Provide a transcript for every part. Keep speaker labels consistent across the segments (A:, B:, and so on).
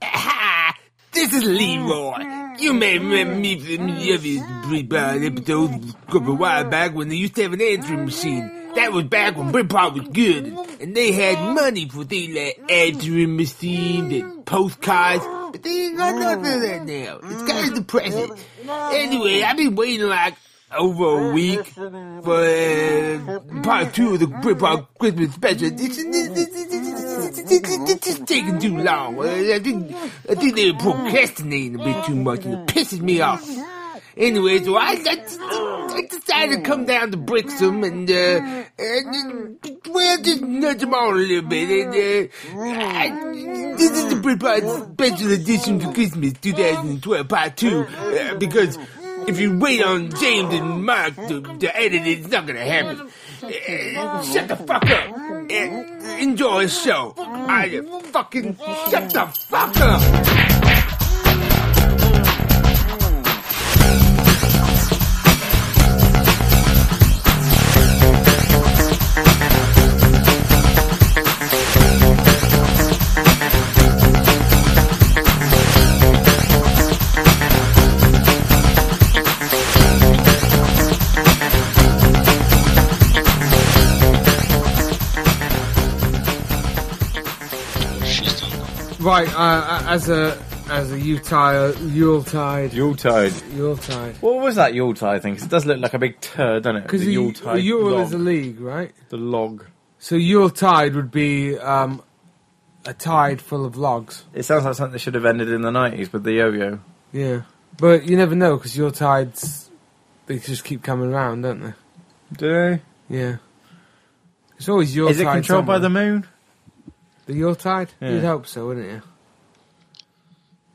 A: This is Leroy. You may remember me from the other Britpod episode from a while back when they used to have an answering machine. That was back when Britpod was good, and they had money for things like answering machines and postcards. But they ain't got nothing of that now. It's kind of depressing. Anyway, I've been waiting like over a week for uh, part two of the Britpop Christmas special. It's, it's just taking too long. Uh, I think, I think they're procrastinating a bit too much and it pisses me off. Anyway, so I, I, I decided to come down to Brixham and, uh, and uh, well, just nudge them on a little bit. And, uh, I, this is the Britpop Special Edition for Christmas 2012 Part 2 uh, because if you wait on James and Mark to, to edit it, it's not gonna happen. Uh, shut the fuck up. Uh, enjoy the show. I fucking shut the fuck up.
B: Right, uh, as a as a Utah Yuletide
C: Yuletide.
B: Yuletide.
D: What was that Yuletide thing? 'Cause it does look like a big turd, doesn't it?
B: Because
D: the
B: the,
D: Yuletide
B: the Ural
D: log.
B: is a league, right?
D: the log.
B: So Yuletide would be um, a tide full of logs.
D: It sounds like something that should have ended in the nineties with the yo-yo.
B: Yeah, but you never know because Yuletides they just keep coming around, don't they?
D: Do
B: Yeah. It's always Yuletide.
D: is it controlled by
B: somewhere.
D: the moon?
B: The Yuletide?
D: Yeah.
B: You'd hope so, wouldn't you?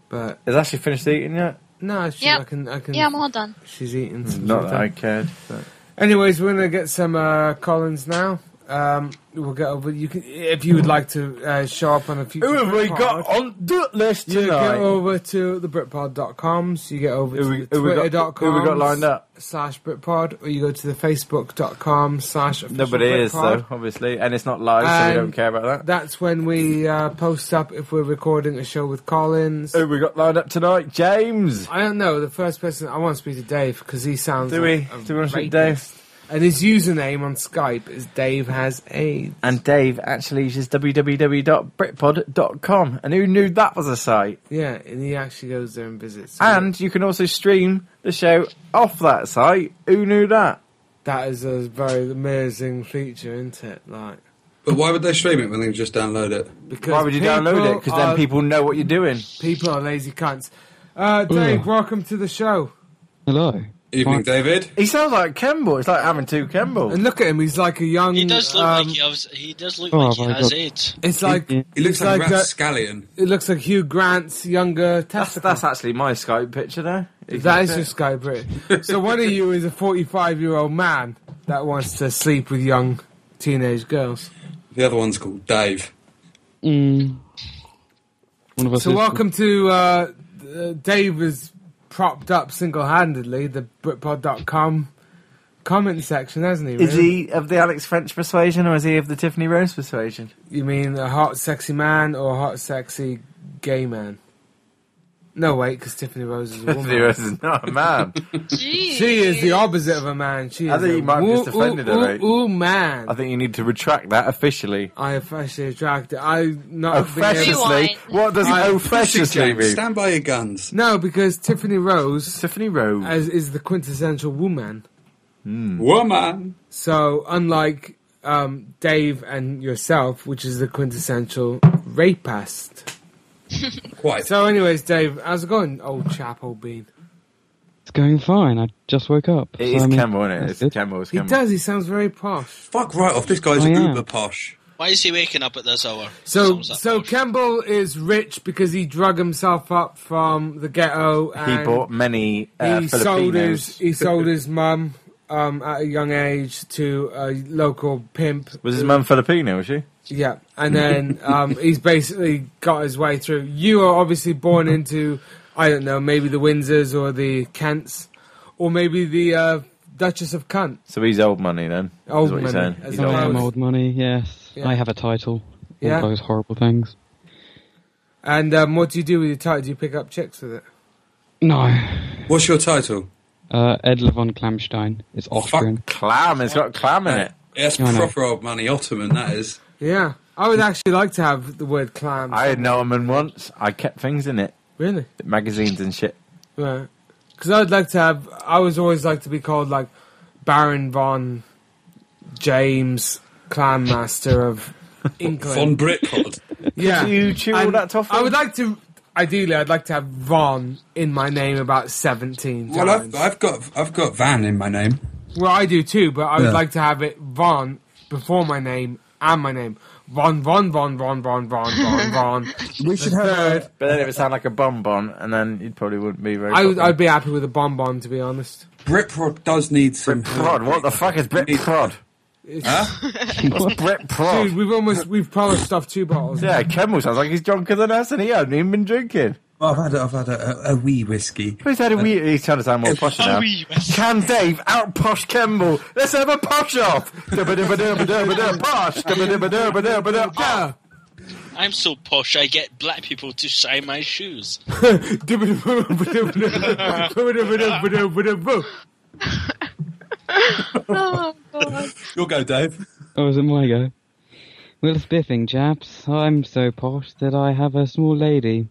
B: But
D: Is Ashley finished eating yet?
B: no, she,
E: Yep.
B: I can. I can.
E: Yeah, I'm all done.
B: she's eating. Some
D: Not
B: stuff.
D: that I cared. but-
B: Anyways, we're gonna get some uh, Collins now. Um, we'll get over. You can, if you would like to uh, show up on a future.
D: Who have we
B: Britpod,
D: got on the list
B: You get
D: tonight?
B: over to the Britpod.coms. You get over
D: Who
B: to
D: we-
B: the
D: who we got-
B: Twitter.com.
D: who we got lined up?
B: Slash Britpod, or you go to the Facebook.com slash. official
D: Nobody is
B: Britpod.
D: though, obviously, and it's not live, so we
B: And
D: don't care about that.
B: That's when we uh, post up if we're recording a show with Collins.
D: Who have we got lined up tonight? James.
B: I don't know. The first person I want to speak to Dave because he sounds.
D: Do we?
B: like a
D: Do we want to speak to
B: rapist.
D: Dave?
B: And his username on Skype is Dave has AIDS.
D: And Dave actually uses www.britpod.com, and who knew that was a site?
B: Yeah, and he actually goes there and visits.
D: And you can also stream the show off that site. Who knew that?
B: that is a very amazing feature, isn't it? Like
F: But why would they stream it when they just download it?
B: because
D: Why would you download it? Because then
B: are-
D: people know what you're doing.
B: people are lazy cunts. Uh, Dave,
G: Ugh.
B: welcome to the show.
G: Hello.
F: Evening,
G: Fine.
F: David.
D: He sounds like Kemble. It's like having two Kemble.
B: And look at him; he's like a young.
H: He does look
B: um,
H: like he has. He does look
G: Mm, Oh
H: like he
G: my
H: has
G: God.
H: AIDS.
B: It's like
G: He-
F: He
B: it's
F: looks like, a
B: that-
F: rat scallion.
B: it looks like Hugh Grant's younger
D: That's,
B: testicle.
D: that's actually my Skype picture there.
B: that is your Skype, right? so one of you is a forty-five-year-old man that wants to sleep with young teenage girls.
F: The other one's called Dave.
G: Mm. One of us
B: So
G: is-
B: welcome to uh, uh, Dave was propped up single-handedly the Britpod.com comment section, hasn't he?
D: Is
B: really?
D: he of the Alex French persuasion or is he of the Tiffany Rose persuasion?
B: You mean a hot, sexy man or a hot, sexy gay man? No, wait, because Tiffany Rose is a
D: Tiffany
B: woman.
D: Rose is not a man.
E: Gee.
B: She is the opposite of a man. She is
D: I think
B: a
D: you might have
B: woo-
D: just offended
B: ooh,
D: her, mate.
B: Ooh, ooh, man.
D: I think you need to retract that officially.
B: I have freshly attracted. I
D: Oh,
B: not been able-
E: Rewind.
D: Officiously? What does
B: I-
D: officiously
F: James,
D: mean?
F: stand by your guns.
B: No, because Tiffany Rose
D: Tiffany Rose.
B: as, is the quintessential woman.
F: Woman.
B: So, unlike um, Dave and yourself, which is the quintessential rapist.
F: Quite.
B: So, anyways, Dave, how's it going, old chap, old bean?
G: It's going fine. I just woke up.
D: it is
G: I mean,
D: Kemble, isn't it?
G: that's
D: It's
G: good.
D: Kemble. It's
B: He
D: Kemble.
B: does. He sounds very posh.
F: Fuck right off. This guy's
G: I am.
F: uber posh.
H: Why is he waking up at this hour?
B: So,
H: Sounds like
B: so
H: that.
B: Campbell is rich because he drug himself up from the ghetto.
D: He
B: And
D: bought many uh,
B: he sold his.
D: Filipinos.
B: He sold his mum um, at a young age to a local pimp.
D: Was his mum Filipino, was she?
B: Yeah, and then um, he's basically got his way through. You are obviously born into, I don't know, maybe the Windsors or the Kents, or maybe the uh, Duchess of Cunt.
D: So he's old money then. is
B: Old
D: what you're
B: money,
D: saying.
B: as
D: He's
B: a
G: I
D: old
B: man.
G: am
D: money.
G: old money, yes.
B: Yeah.
G: I have a title. All
B: Yeah.
G: those horrible things.
B: And um, what do you do with your title? Do you pick up chicks with it?
G: No.
F: What's your title?
G: Uh, Edler von Klamstein. It's Austrian.
D: Clam. It's got clam in it.
F: That's
G: I know.
F: proper old money Ottoman, that is.
B: Yeah. I would actually like to have the word clam.
D: I had an Ottoman once. I kept things in it,
B: really?
D: magazines and shit.
B: Right. Because I'd like to have. I was always like to be called like Baron von James Clan Master of England.
F: Von Brickpod.
B: yeah.
D: Do you chew all
B: And
D: that toffee?
B: I would like to. Ideally, I'd like to have Von in my name about seventeen
F: well,
B: times.
F: I've,
B: Well, I,
F: I've got I've got Van in my name.
B: do too, but I would
F: Yeah.
B: like to have it Von before my name and my name. Von Von Von Von Von Von Von Von.
D: We should have.
B: Third,
D: But then it would sound like a bonbon, and then you probably wouldn't be very.
B: I would,
D: popular.
B: I'd be happy with a bonbon, to be honest.
F: Brickprod does need some.
D: Prod. What the fuck is Brit Prod?
F: Huh?
D: What's Brit Prod?
B: Dude, we've almost we've promised stuff two bottles.
D: yeah, Kemmel sounds like he's drunker than us, and he hasn't even been drinking.
F: Well, I've had a, I've had a, a, a wee whiskey.
D: He's had a wee. He's trying to sound more posh now. Can Dave out posh Kemble? Let's have a posh off. Dubba-dubba-dubba-dubba-dub, Posh. Dubba-dubba-dubba-dubba-dub, posh.
H: I'm so posh, I get black people to shine my shoes.
B: That's
C: Oh, God.
F: You'll go, Dave.
G: Oh, is it my go? Well, spiffing, chaps. I'm so posh that I have a small lady.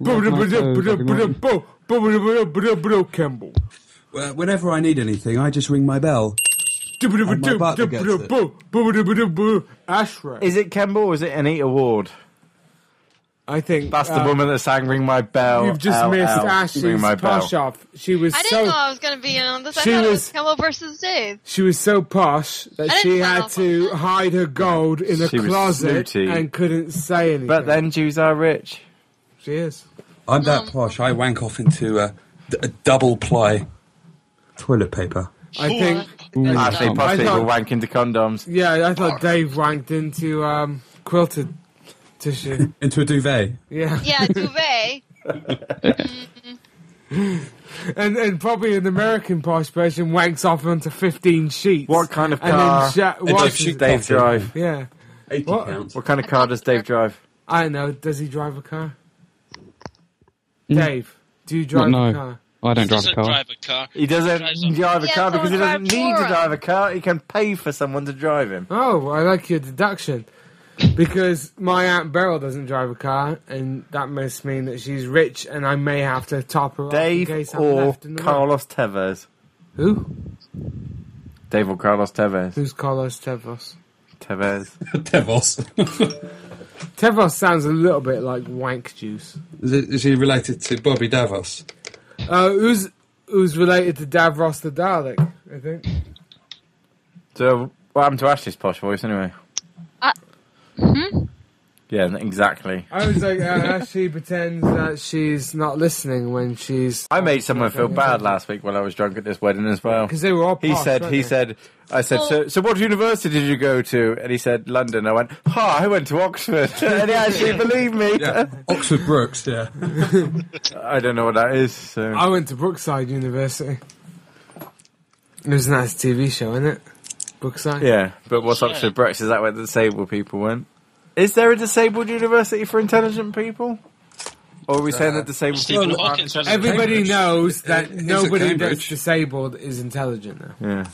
G: rub my toes every morning.
B: Campbell.
F: Well, whenever I need anything, I just ring my bell. my partner gets
B: Ashra.
D: Is it Kemble or is it Anita Ward?
B: I think
D: That's the
B: uh,
D: woman that sang "Ring My Bell."
B: You've just
D: ow,
B: missed
D: ow, Ring
B: Ashley's
D: My
B: posh
D: Bell.
B: off. She was
C: I didn't
B: so
C: know I was going to be in on this. I
B: She
C: thought it
B: was-
C: was Kemble versus Dave.
B: she was so posh that
C: I
B: she
C: didn't
B: had
C: know.
B: to hide her gold in a
D: She was
B: closet
D: snooty.
B: and couldn't say anything.
D: But then Jews are rich.
B: she is.
F: I'm that
C: Mm.
F: posh. I wank off into a, d- a double ply toilet paper.
B: I think
G: Ooh,
D: Actually,
G: um,
D: posh
B: I
D: people
B: thought-
D: wank into condoms.
B: Yeah, I thought Dave ranked into um, quilted tissue.
F: Into a duvet.
B: Yeah,
C: Yeah, duvet.
B: and and probably an American posh person wanks off onto fifteen sheets.
D: What kind of
B: And
D: car?
B: then sha- washes
F: shoot
B: it.
F: that.
D: Dave drive.
B: Yeah,
F: 80
B: What?
F: pounds.
D: What kind of car does Dave drive?
B: I don't know. Does he drive a car? Dave, do you drive
G: no.
B: a car?
G: I don't drive a
H: Doesn't
G: car.
H: drive a car.
D: He doesn't
H: Drives
D: drive a
C: Yeah,
D: car because he doesn't
C: someone drives
D: need to
C: for him.
D: drive a car. He can pay for someone to drive him.
B: Oh, I like your deduction. Because my aunt Beryl doesn't drive a car, and that must mean that she's rich, and I may have to top her
D: Dave
B: up in case I'm
D: or
B: left in the world.
D: Carlos Tevez.
B: Who?
D: Dave or Carlos Tevez.
B: Who's Carlos Tevos?
D: Tevez.
F: Devils.
B: Tevos sounds a little bit like wank juice.
F: is, it, is he related to Bobby Davos?
B: Uh, who's who's related to Davros the Dalek? I think.
D: So, what happened to Ashley's posh voice anyway?
C: Uh, hmm?
D: Yeah, exactly.
B: I was like, uh, Ashley pretends that she's not listening when she's
D: I made someone feel bad last week while I was drunk at this wedding as well.
B: because they were all.
D: He
B: posh,
D: said,
B: weren't
D: he
B: they?
D: said, I said, so, so what university did you go to? And he said, London. I went, ha, I went to Oxford. and he actually believed me.
F: Yeah. Oxford Brooks, yeah.
D: I don't know what that is. So.
B: I went to Brookside University. It was a nice TV show, isn't it? Brookside.
D: Yeah, but what's
H: Yeah.
D: Oxford Brooks? Is that where the disabled people went? Is there a disabled university for intelligent people? Or are we saying that disabled
H: Stephen
D: people aren't
H: Hawking
D: intelligent?
H: says
B: Everybody
F: Cambridge.
B: knows that
F: It- it's at
B: nobody that's
F: Cambridge.
B: disabled is intelligent. Now.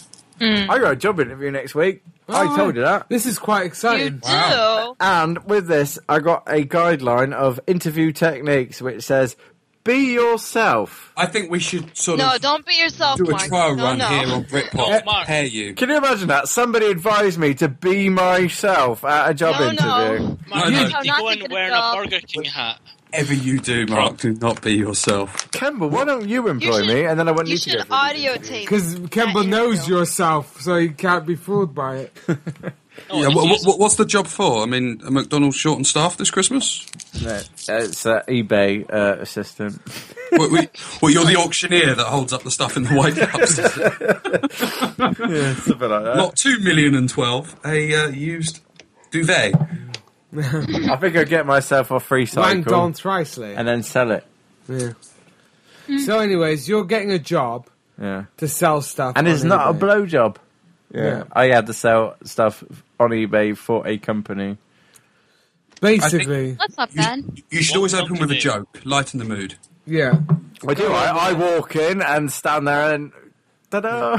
D: Yeah. I got a job interview next week. I told you that.
B: This is quite
C: you
B: exciting.
C: do.
F: Wow.
D: And with this, I got a guideline of interview techniques which says, be yourself.
F: I think we should sort
C: No,
F: of
C: don't be yourself,
F: do a
C: Mark.
F: trial
C: no,
F: run
C: no.
F: here on Britpop.
H: No, Mark.
F: Pair you.
D: Can you imagine that? Somebody advised me to be myself at a job
C: No,
D: interview.
C: no.
F: No,
H: Mark, you
F: no.
H: need to
C: Not
H: go in
C: taking a
H: wearing a
C: job.
H: Burger King hat.
F: Whatever you do, Mark, do not be yourself.
D: Kemba, why don't you employ
C: You should-
D: me? And then I wouldn't
C: You
D: need to
C: should
D: go for it.
C: audio tape.
B: Because Kemba
C: Yeah,
B: knows
C: you do.
B: yourself, so you can't be fooled by it.
C: Oh,
H: No,
F: yeah,
H: if
F: what,
H: you-
F: what, what's the job for? I mean, are McDonald's short on staff this Christmas?
D: No, It's uh, eBay uh, assistant.
F: well, we, well, you're the auctioneer that holds up the stuff in the White House.
D: Something like that.
F: Not two million and twelve. A uh, used duvet.
D: I think I'll get myself a free
B: Banged on
D: cycle
B: thrice, Lee.
D: and then sell it.
B: Yeah.
C: Hmm.
B: So, anyways, you're getting a job
D: Yeah.
B: to sell stuff,
D: And it's
B: on
D: not a
B: eBay.
D: blowjob. Yeah.
B: Yeah.
D: I had to sell stuff on eBay for a company.
B: Basically,
C: That's not bad.
F: You should always open with a joke, lighten the mood.
B: yeah.
D: I do. I, I walk in and stand there and ta-da.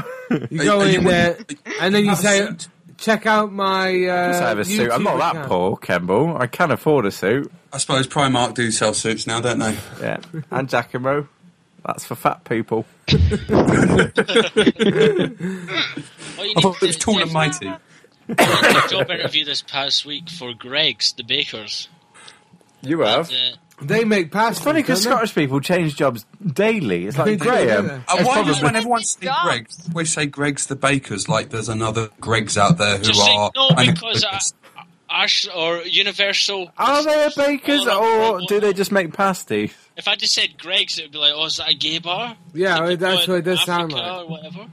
B: You
F: Are-
B: go
F: are you
B: in there, and then you
F: Have a
B: say,
F: suit.
B: "Check out my." Uh,
D: I have a suit. I'm
B: YouTube
D: not that
B: account."
D: poor, Kemble. I can afford a suit.
F: I suppose Primark do sell suits now, don't they?
D: Yeah, and Giacomo. That's for fat people.
H: All you
F: I
H: need
F: thought it
H: to do
F: was
H: is
F: Oh, tall
H: do
F: and mighty. Uh,
H: a job interview this past week for Greg's, the bakers.
D: You have.
H: Uh,
B: They make pasta.
D: It's funny because Scottish people change jobs daily. It's
B: They
D: like
B: do,
D: Graham.
B: don't
F: And why
D: probably-
F: does when everyone
C: Good
F: says
C: jobs.
F: Greg's, they always say Greg's the bakers, like there's another Greg's out there who
H: just
F: are.
H: say no
F: and-
H: because uh, Ash or Universal.
D: Are they a bakers or do they just make pasties?
H: If I just said Greg's, it would be like, oh, is that a gay bar?
B: Yeah,
H: Is
B: well, that's
H: people
B: what it
H: in
B: does sound
H: Africa
B: like.
H: Or whatever.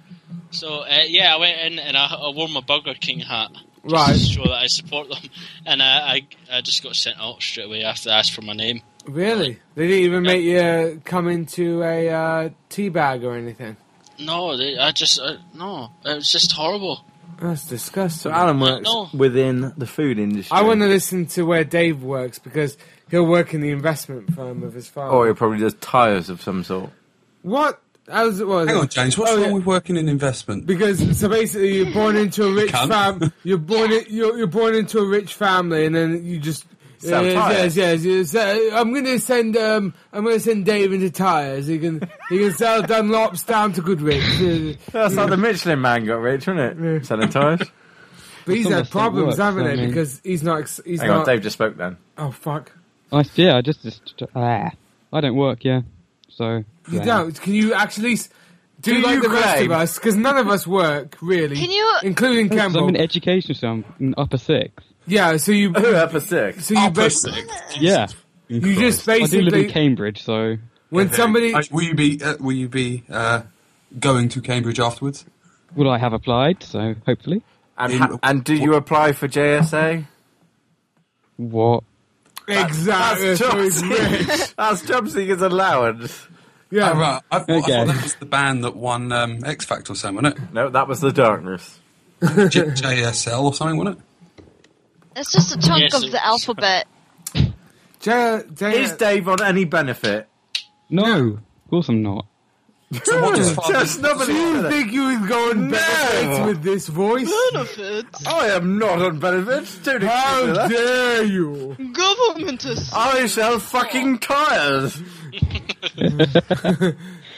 H: So uh, yeah, I went in and I, I wore my Burger King hat just
B: Right.
H: to show that I support them, and I, I I just got sent out straight away after I asked for my name.
B: Really? They didn't even make you come into a uh, tea bag or anything.
H: No, they, I just uh, no, it was just horrible.
B: That's disgusting.
D: So Alan works
H: No.
D: within the food industry.
B: I want to listen to where Dave works because he'll work in the investment firm of his
F: Oh,
B: father.
D: Or he probably does tyres of some sort.
B: what? How's it? Was
F: Hang on, James, what's
B: Oh,
F: wrong
B: yeah.
F: with working in investment?
B: Because so basically, you're born into a rich
F: Cunt.
B: fam. You're born. i- You're, you're born into a rich family, and then you just. uh,
D: Sell
B: yes,
D: tyres.
B: yes, yes, yes. I'm gonna send. Um, I'm gonna send Dave into tires. He can. He can sell Dunlops down to Goodrich. Uh,
D: That's like the Michelin man got rich, wasn't it? Selling tyres.
B: But he's
G: Some
B: had
G: must have
B: problems,
G: worked,
B: haven't
G: I
B: they?
G: mean.
B: Because he's not. ex- He's
D: Hang
B: not.
D: on, Dave just spoke then.
B: Oh fuck!
G: I yeah, I just, just ah, I don't work, yeah. So
B: You
G: yeah.
B: don't. Can you actually s- do,
D: Do
B: like
D: you
B: the rest of
D: claim?
B: us? Because none of us work really.
C: Can you-
B: including
G: 'Cause I'm
B: Campbell?
G: in education, so I'm in upper six.
B: yeah. So you.
D: Who up for six?
B: So you. ba-
G: Yeah,
B: you just
G: I do live in
B: basically
G: Cambridge, so
B: when somebody.
F: Uh, will you be? Uh, will you be uh, going to Cambridge afterwards?
G: well, I have applied, so hopefully.
D: And,
F: In-
D: ha- and do you apply for JSA?
G: What?
B: Exactly.
D: That's
B: so
D: job
B: he's rich.
D: seekers. That's job seekers allowance.
B: Yeah.
F: Oh, right. I, thought, I
G: Okay.
F: thought that was the band that won um, X Factor or something, wasn't
D: No, that was the darkness.
F: it? J- JSL or something, wasn't it?
C: That's just a chunk
H: Yes,
C: of
H: it-
C: the alphabet.
B: J- J-
D: Is Dave on any benefit?
G: No, of course I'm not.
F: So what does Father-
D: Just nobody.
B: you think you would go on
D: No.
B: benefits with this voice?
D: I am not on benefit. Don't accuse me
B: How
D: of that.
B: dare you?
C: Government is.
D: I sell fucking tires.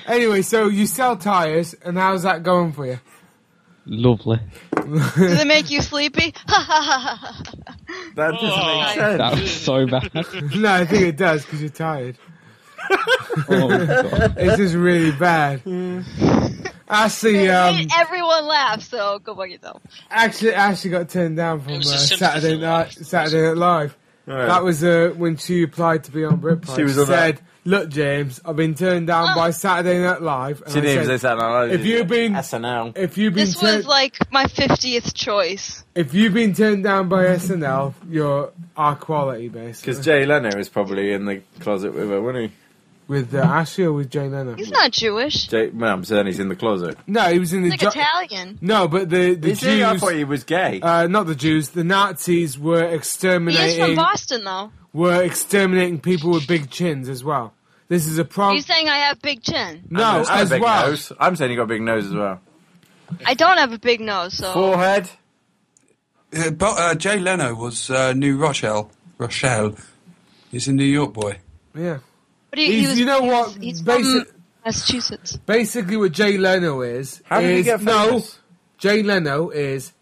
B: Anyway, so you sell tires, and how's that going for you?
G: Lovely.
C: Do they make you sleepy? Ha ha ha ha.
D: That doesn't make sense.
G: That was so bad.
B: No, I think it does because you're tired.
G: Oh, God.
B: It's just really bad. Ashley, um,
C: Everyone laughs, so go bug yourself.
B: actually, Ashley got turned down from uh,
H: It was a Simpsons
B: Saturday night,
H: laugh.
B: Saturday Night Live. That was uh, when she applied to be on Britpop.
D: She was on
B: said, "Look, James, I've been turned
H: Oh.
B: down by Saturday Night Live." And
D: She
B: I
D: didn't even
B: said,
D: say something like that.
B: If you've been-
D: SNL,
B: if you've been
C: This
B: turn-
C: was like my 50th choice.
B: if you've been turned down by SNL, you're our quality basically.
D: because Jay Leno was probably in the closet with her, wasn't he?
B: with uh, Ashley or with Jay Leno?
C: He's not Jewish.
D: Jay, no, I'm saying he's in the closet.
B: No, he was in the
C: He's like
B: Ju-
C: Italian.
B: no, but the the
D: Is he? I
B: Jews.
D: thought he was gay.
B: Uh, not the Jews. The Nazis were
C: He is from
B: exterminating
C: Boston, though.
B: were exterminating people with big chins as well. This is a
C: Are
B: problem.
C: you saying I have big chin?
B: No,
D: He's got a
B: as
D: big
B: well.
D: Nose. I'm saying he got a big nose as well.
C: I don't have a big nose, so.
D: Forehead.
F: Uh, but uh, Jay Leno was uh, New Rochelle. Rochelle. He's a New York boy.
B: Yeah.
C: But he, he
B: He's,
C: was,
B: you know
C: he
B: what?
C: was- he's
B: Basi-
C: from Massachusetts.
B: basically, what Jay Leno is
D: How did he
B: is
D: get
B: no.
D: famous?
B: Jay Leno is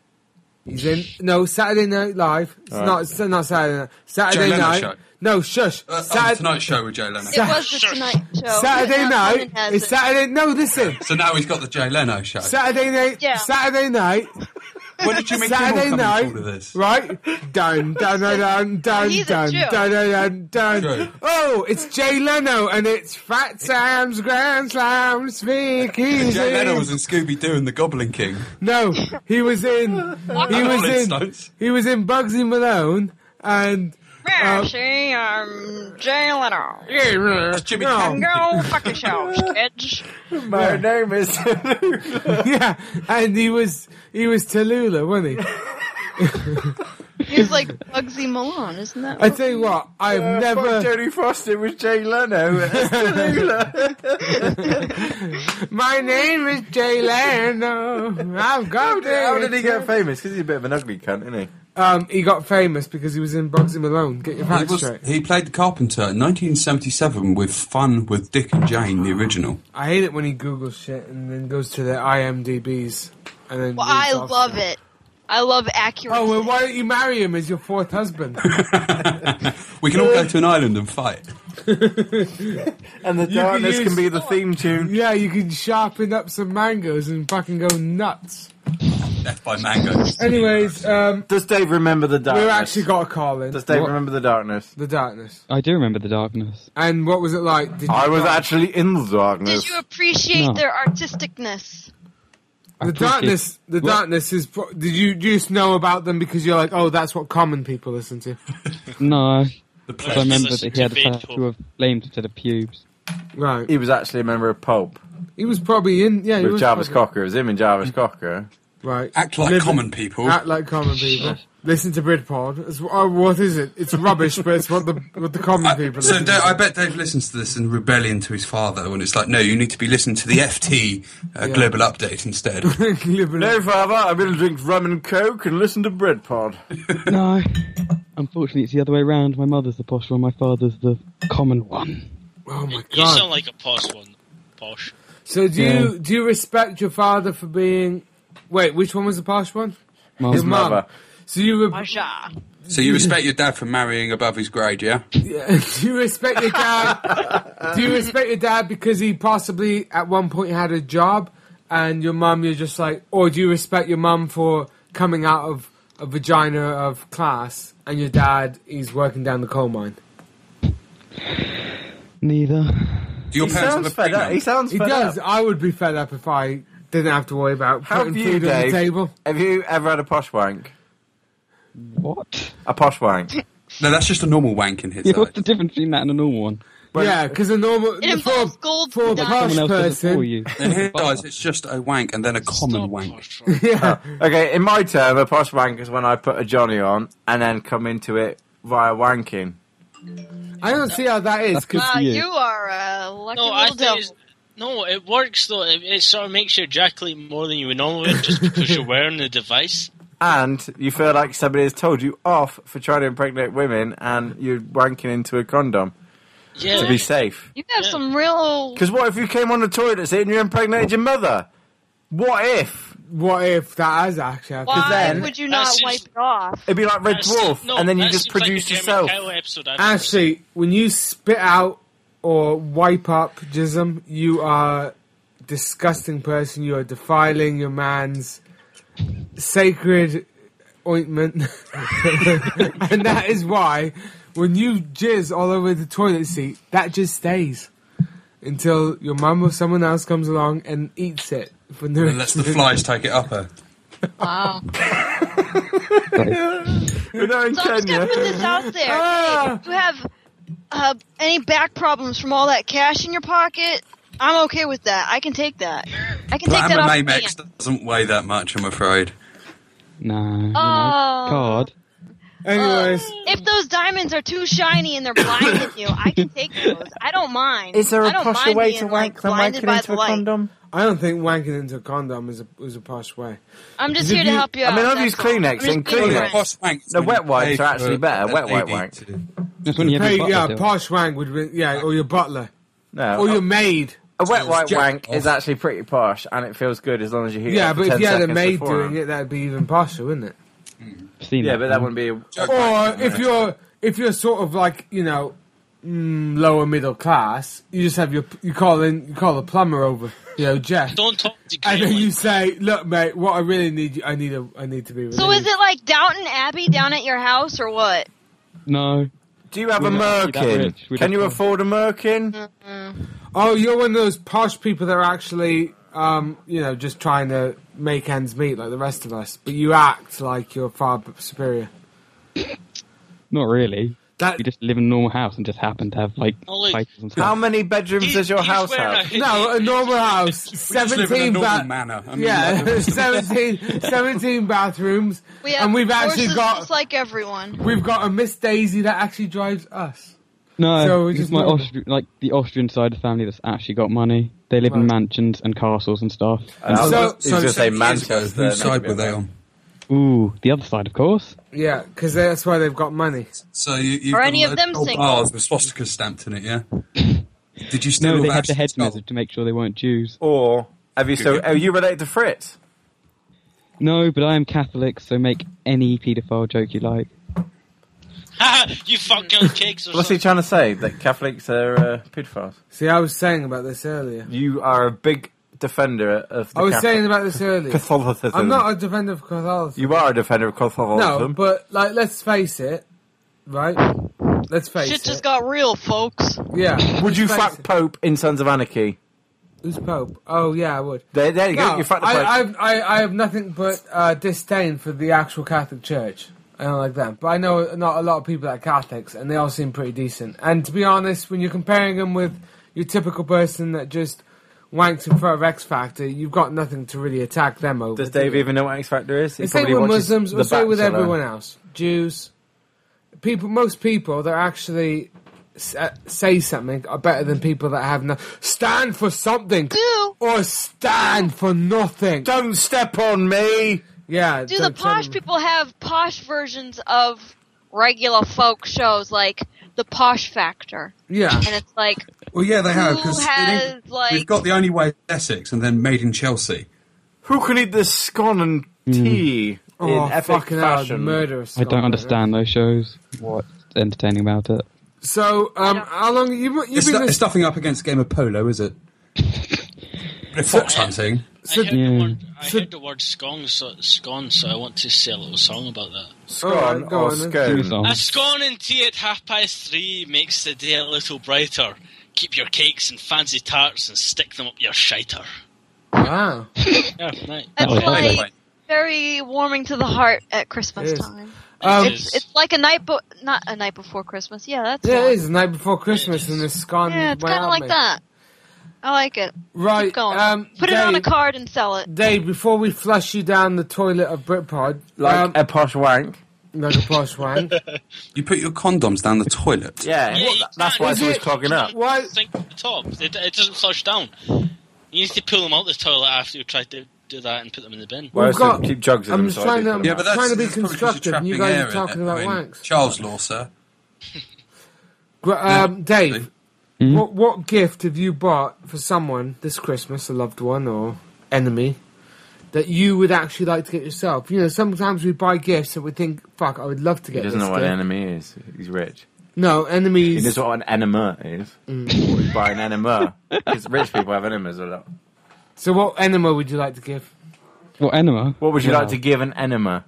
B: he's in no Saturday Night Live. It's
D: Alright.
B: not it's not Saturday Night. Saturday
F: Jay Leno
B: Night.
F: Show.
B: No, shush.
F: Uh, on the
B: Sat-
F: Tonight Show with Jay Leno.
C: It was the Tonight Show.
B: Saturday
C: That
B: night.
C: woman has
B: It's
C: it.
B: Saturday. No, listen.
F: So now he's got the Jay Leno show.
B: Saturday night.
C: Yeah.
B: Saturday night.
F: Where did you make
B: Saturday
F: Kimmel come
B: night,
F: into all of this?
B: right? Dun dun dun dun dun
C: He's a
B: dun
C: Jew.
B: dun dun dun.
F: True.
B: dun. Oh, it's Jay Leno and it's Fat Sam's Grand Slam speaking.
F: Jay Leno was in Scooby Doo and the Goblin King.
B: No, he was in. He was
F: Rolling
B: in.
F: Stones.
B: He was in Bugsy Malone and.
E: Yeah,
B: Uh,
E: see, I'm Jay Leno.
B: Yeah,
F: Jimmy
B: no,
F: Kimmel.
B: Oh.
E: Go fuck yourselves, kids.
D: My name is.
B: yeah, and he was he was Tallulah, wasn't he?
C: He's like Bugsy Malone, isn't that?
B: I tell you what, I've
D: Fuck
B: never.
D: Jodie Foster with Jay Leno. It's Tallulah.
B: My name is Jay Leno. I've got
D: How did he
B: it.
D: get famous? Because he's a bit of an ugly cunt, isn't he?
B: Um, he got famous because he was in Bugsy Malone. Get your
F: He,
B: facts
F: was,
B: straight.
F: he played the carpenter in 1977 with Fun with Dick and Jane, the original.
B: I hate it when he googles shit and then goes to the IMDb's and then.
C: Well, I
B: reads off
C: love
B: stuff.
C: it. I love accuracy.
B: Oh well, why don't you marry him as your fourth husband?
F: We can all go to an island and fight.
D: And
B: You
D: the
B: can
D: darkness
B: use-
D: can be the theme tune.
B: yeah, you can sharpen up some mangoes and fucking go nuts.
F: Death by mangoes.
B: Anyways, um,
D: Does Dave remember the darkness?
B: we've actually got a call in.
D: Does Dave
G: What?
D: remember the darkness?
B: The darkness.
G: I do remember the darkness.
B: And what was it like? Did you
D: I was
B: like-
D: actually in the darkness.
C: Did you appreciate
G: No.
C: their artisticness?
B: the darkness. The
G: What?
B: darkness is. pro- Did you just know about them because you're like, oh, that's what common people listen to,
G: No,
F: The
G: but I
F: place.
G: remember
H: Listen
G: that he had
H: to
G: a tattoo
H: Beethoven.
G: of flames instead of pubes.
B: right?
D: He was actually a member of Pulp
B: He was probably in. Yeah, he
D: with
B: was
D: Jarvis
B: probably-
D: Cocker. It was him and Jarvis Cocker.
B: Right.
F: Act like
B: Live-
F: common people.
B: Act like common people. Listen to Britpod. It's, oh, what is it? It's rubbish, but it's what the what the common
H: Uh,
B: people.
F: so
B: listen
F: Dave,
B: to.
F: I bet Dave listens to this in rebellion to his father when it's like, no, you need to be listening to the FT uh, Global Update instead.
B: Liberal.
D: No, father, I'm going to drink rum and coke and listen to Bread Pod.
G: No. Unfortunately, it's the other way round. My mother's the posh one, my father's the common one.
B: Oh my
H: You sound
B: god!
H: like a posh one. Posh.
B: So do
G: Yeah.
B: you do you respect your father for being? Wait, which one was the posh one?
G: Mum.
B: His mum.
D: mother.
B: So you re-
C: Aja.
F: so you respect your dad for marrying above his grade, yeah?
B: do you respect your dad? do you respect your dad because he possibly at one point had a job, and your mum you're just like, or do you respect your mum for coming out of a vagina of class, and your dad he's working down the coal mine?
G: Neither.
F: Do your
D: He
F: parents
D: sounds
F: have a
D: fed up. He
F: prenup?
D: sounds
B: He
D: fed
B: does.
D: up.
B: I would be fed up if I didn't have to worry about
D: uh, How
B: putting
D: have you,
B: food on the
D: Dave?
B: table.
D: Have you ever had a posh wank?
G: What?
D: A posh wank.
F: No, that's just a normal wank in his
G: Yeah,
F: eyes.
G: what's the difference between that and a normal one?
D: Well,
B: yeah, because a normal
C: It
B: for,
C: involves gold Uh,
B: for a
C: dust.
B: posh
G: Someone else does it for
B: person.
G: you.
F: In his eyes, it's just a wank and then a common
H: Stop
F: wank.
H: posh one.
B: Yeah,
D: Okay, in my term, a posh wank is when I put a Johnny on and then come into it via wanking.
B: I don't see how that is.
G: That's
B: Cause
G: good
C: Wow,
G: for you.
C: you are a lucky
H: No, I
C: little
H: think
C: devil.
H: it's, no, it works though. It, it sort of makes you ejaculate more than you would normally would just because you're wearing the device.
D: And you feel like somebody has told you off for trying to impregnate women and you're wanking into a condom
H: Yeah,
D: to be safe.
C: You have some real.
D: Because what if you came on the toilet seat and you impregnated your mother? What if?
B: what if that has actually happened?
C: Why
D: then-
C: would you
H: That
C: not
H: seems-
C: wipe it off?
D: It'd be like Red
H: That
D: Dwarf,
H: seems- no,
D: and then you
H: that
D: just
H: seems like
D: produce
H: a Jeremy
D: yourself.
H: Kyle episode I've never seen.
B: Actually, when you spit out or wipe up jism, you are a disgusting person. You are defiling your man's sacred ointment, and that is why when you jizz all over the toilet seat, that just stays until your mum or someone else comes along and eats it for no
F: And lets the flies take it up her.
C: Wow.
D: We're not in
C: So I'm just gonna
D: Kenya.
C: put this out there.
D: Ah!
C: If you have uh, any back problems from all that cash in your pocket, I'm okay with that. I can take that. I can take
F: But
C: that off.
F: MMA
C: my
F: Max
C: hands.
F: doesn't weigh that much, I'm afraid.
G: No. you know,
C: Oh.
G: card.
B: Anyways,
C: If those diamonds are too shiny and they're blinding you, I can take those. I don't mind.
D: Is there
C: I
D: a
C: don't
D: posher
C: mind
D: way
C: being,
D: to
C: like,
D: wank than
C: blinded
D: wanking
C: by
D: into
C: the
D: a
C: light.
D: condom?
B: I don't think wanking into a condom is a is a posh way.
C: I'm just
B: Did
C: here to
B: you-
C: help you
D: I
C: out.
D: mean, I've
C: that's
D: used
C: all.
D: Kleenex
C: I'm just
D: and
C: being
D: Kleenex.
C: friends.
F: Posh wanks
D: The
F: when
D: wet
F: you
D: wipes
F: pay
D: are actually
F: for
D: better,
F: a
D: wet white
F: lady
D: wank.
F: to-
G: That's when you have
B: Hey,
G: your butler Uh,
B: yeah,
G: deal.
B: posh wank would win. Yeah, or your butler,
D: No,
B: or
D: a-
G: oh.
B: your maid.
D: a wet white
F: Jack
D: wank
F: off.
D: is actually pretty posh, and it feels good as long as you heat it
B: Yeah,
D: up for
B: but if
D: 10
B: you had a
D: seconds
B: maid
D: before.
B: doing it, that'd be even posher, wouldn't it?
G: I've seen
D: Yeah,
G: that
D: but that
G: one.
D: wouldn't be. A,
F: Jack
B: Or
F: wank.
B: if you're if you're sort of like you know mm, lower middle class, you just have your you call in you call the plumber over, you know Jeff,
H: Don't talk to
B: and then you
H: Gremlin.
B: say, look, mate, what I really need, I need a I need to be. Relieved.
C: So is it like Downton Abbey down at your house or what?
G: No.
D: do you have a
G: We're not that
D: merkin?
G: rich. We
D: Can
G: don't
D: you
G: know.
D: afford a merkin?
B: Oh, you're one of those posh people that are actually um, you know just trying to make ends meet like the rest of us, but you act like you're far superior.
G: Not really.
B: That
G: you just live in a normal house and just happen to have like
H: Oh, look.
G: titles and
D: How
G: stuff.
D: many bedrooms
H: He's-
D: does your
H: he's
D: house
H: wearing a
D: have?
H: hoodie.
B: No, a normal house.
F: We just live in a
B: 17
F: normal
B: ba-
F: manor. I mean, like,
B: Yeah, 17, 17 bathrooms.
C: We have
B: and we've actually
C: horses
B: got
C: just like everyone.
B: we've got a Miss Daisy that actually drives us.
G: No,
B: So we
G: it's
B: just
G: my
B: know-
G: Austri- like the Austrian side of the family that's actually got money. They live in
B: Right.
G: mansions and castles and stuff.
D: I was
B: So-
D: just- he was gonna
B: so-
D: say
B: so-
D: Manchester.
F: whose side were they on?
G: Ooh, the other side, of course.
B: Yeah, because that's why they've got money.
F: So you, you've
C: Are
F: got
C: any of them
F: local
C: single?
F: bars with swastika stamped in it, yeah? Did you still
G: No, they
F: have
G: had the heads
F: Ashton's
G: measured to make sure they weren't Jews.
D: Or have you? So are you related to Fritz?
G: No, but I am Catholic, so make any paedophile joke you like.
D: uh,
H: Ha! you fuck girl chicks or
D: What's he
H: something.
D: trying to say? That Catholics are uh, pedophiles?
B: See, I was saying about this earlier.
D: You are a big defender of. The
B: I was
D: Catholic-
B: saying about this earlier.
D: Catholicism.
B: I'm not a defender of Catholicism.
D: You are a defender of
B: No,
D: Catholicism.
B: but like, let's face it, right? Let's face
C: Shit
B: it.
C: just got real, folks.
B: yeah.
D: Would you
B: Let's face
D: fuck
B: it.
D: Pope in Sons of Anarchy?
B: Who's Pope? Oh yeah, I would.
D: There, there you go.
B: No,
D: You fuck the Pope.
B: I, I've- I, I have nothing but uh, disdain for the actual Catholic Church. I don't like them. But I know not a lot of people that are Catholics, and they all seem pretty decent. And to be honest, when you're comparing them with your typical person that just wanks in front of X Factor, you've got nothing to really attack them over.
D: Does
B: do
D: Dave
B: you?
D: even know what X Factor is? He
B: The same
D: probably
B: with
D: watches
B: Muslims,
D: The
B: the same with
D: Bachelor.
B: everyone else. Jews, people, most people that actually s- uh, say something are better than people that have no stand for something
C: Do
B: or stand for nothing.
D: Don't step on me.
B: Yeah.
C: do the
B: don't tell
C: posh
B: them-
C: people have posh versions of regular folk shows like the Posh Factor?
B: Yeah.
C: And it's like
F: Well, yeah, they have.
C: Who
F: Because
C: has,
F: we've
C: like-
F: got the only way Essex and then made in Chelsea.
D: Who can eat this scone and
B: Hmm.
D: tea
B: Oh,
D: in epic
B: fucking hell, the
D: fashion?
B: murderous.
G: I don't understand those shows. What's entertaining about it?
B: So, um, how long you you've
F: It's,
B: been?
F: no- it's
B: This,
F: nothing up against a game of polo, is it? They're fox hunting.
H: I heard, the
G: Yeah.
H: word, I heard the word scone so, scone, so I want to say a little song about that.
D: Scone
B: Alright, go
D: or
B: on then.
D: scone?
G: Sing a song.
H: A scone and tea at half past three makes the day a little brighter. Keep your cakes and fancy tarts and stick them up your shiter.
B: wow.
H: Yeah, right.
C: it's
G: Oh, yeah.
C: uh, like very warming to the heart at Christmas
B: It is.
C: time.
B: Um,
H: It is.
C: It's like a night, but not a night before Christmas. Yeah, that's
B: yeah,
C: one.
B: it is Um, the night before Christmas, and this scone.
C: Yeah, it's
B: went
C: kind of
B: out,
C: like
B: mate.
C: that. I like it.
B: Right.
C: Keep going.
B: Um,
C: Put it on a
B: Dave-
C: card and sell it.
B: Dave, before we flush you down the toilet of Britpod,
D: Like e-
B: um,
D: a posh wank.
B: like a posh wank.
F: You put your condoms down the toilet.
D: Yeah,
H: Yeah, you
D: that's
H: can.
D: why
H: Is
D: it's always
B: it-
D: clogging up.
B: Why?
H: Think at the top. It, it doesn't flush down. You need to pull them out the toilet after you try to do that and put them in the bin.
D: Whereas
B: We've got-
D: they keep jugs of
B: I'm
D: them,
B: just
D: so I
B: trying
D: do
B: to-
D: feel
B: Yeah,
F: Yeah,
D: bad.
F: but that's,
B: Trying to be
F: that's probably just
B: constructive, and you
F: trapping
B: guys are
F: air in
B: talking
F: it.
B: about
F: I mean,
B: wanks.
F: Charles Law, sir.
B: Gr- Um, Dave, what what gift have you bought for someone this Christmas, a loved one or enemy, that you would actually like to get yourself? You know, sometimes we buy gifts that we think, "Fuck, I would love to
D: He
B: get."
D: doesn't
B: this
D: know what
B: gift.
D: an enemy is. He's rich.
B: No,
D: He
B: enemies.
D: knows what an enema is. Or he's buying enema. Because rich people have enemas a lot.
B: So, what enema would you like to give?
G: What enema?
D: What would you
G: Wow.
D: like to give an enema?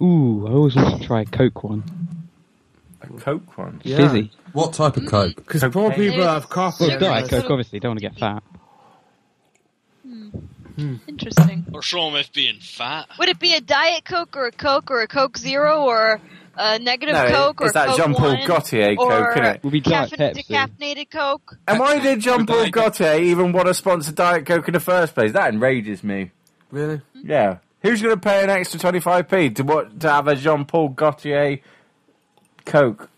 G: Ooh, I always want to try a Coke one.
D: A Coke one.
B: Yeah.
G: Fizzy.
F: What type of coke?
B: Because poor
D: Cocaine.
B: people have coffee.
G: Well,
C: Yeah.
G: Diet Coke, obviously. Don't want to get fat.
C: Interesting.
H: What's wrong with being fat?
C: Would it be a Diet Coke or a Coke or a Coke Zero or a negative
D: No, it-
C: Coke or
D: it's that
C: Coke
D: Jean Paul
C: One
D: Gaultier
C: or
D: Coke, isn't it?
G: Would be Diet
C: caffeine-
G: Pepsi.
C: Decaffeinated Coke.
D: And why did Jean Paul
F: Diet Coke.
D: Gaultier even want to sponsor Diet Coke in the first place? That enrages me.
B: Really?
D: Yeah. Who's going to pay an extra 25p to what to have a Jean Paul Gaultier Coke?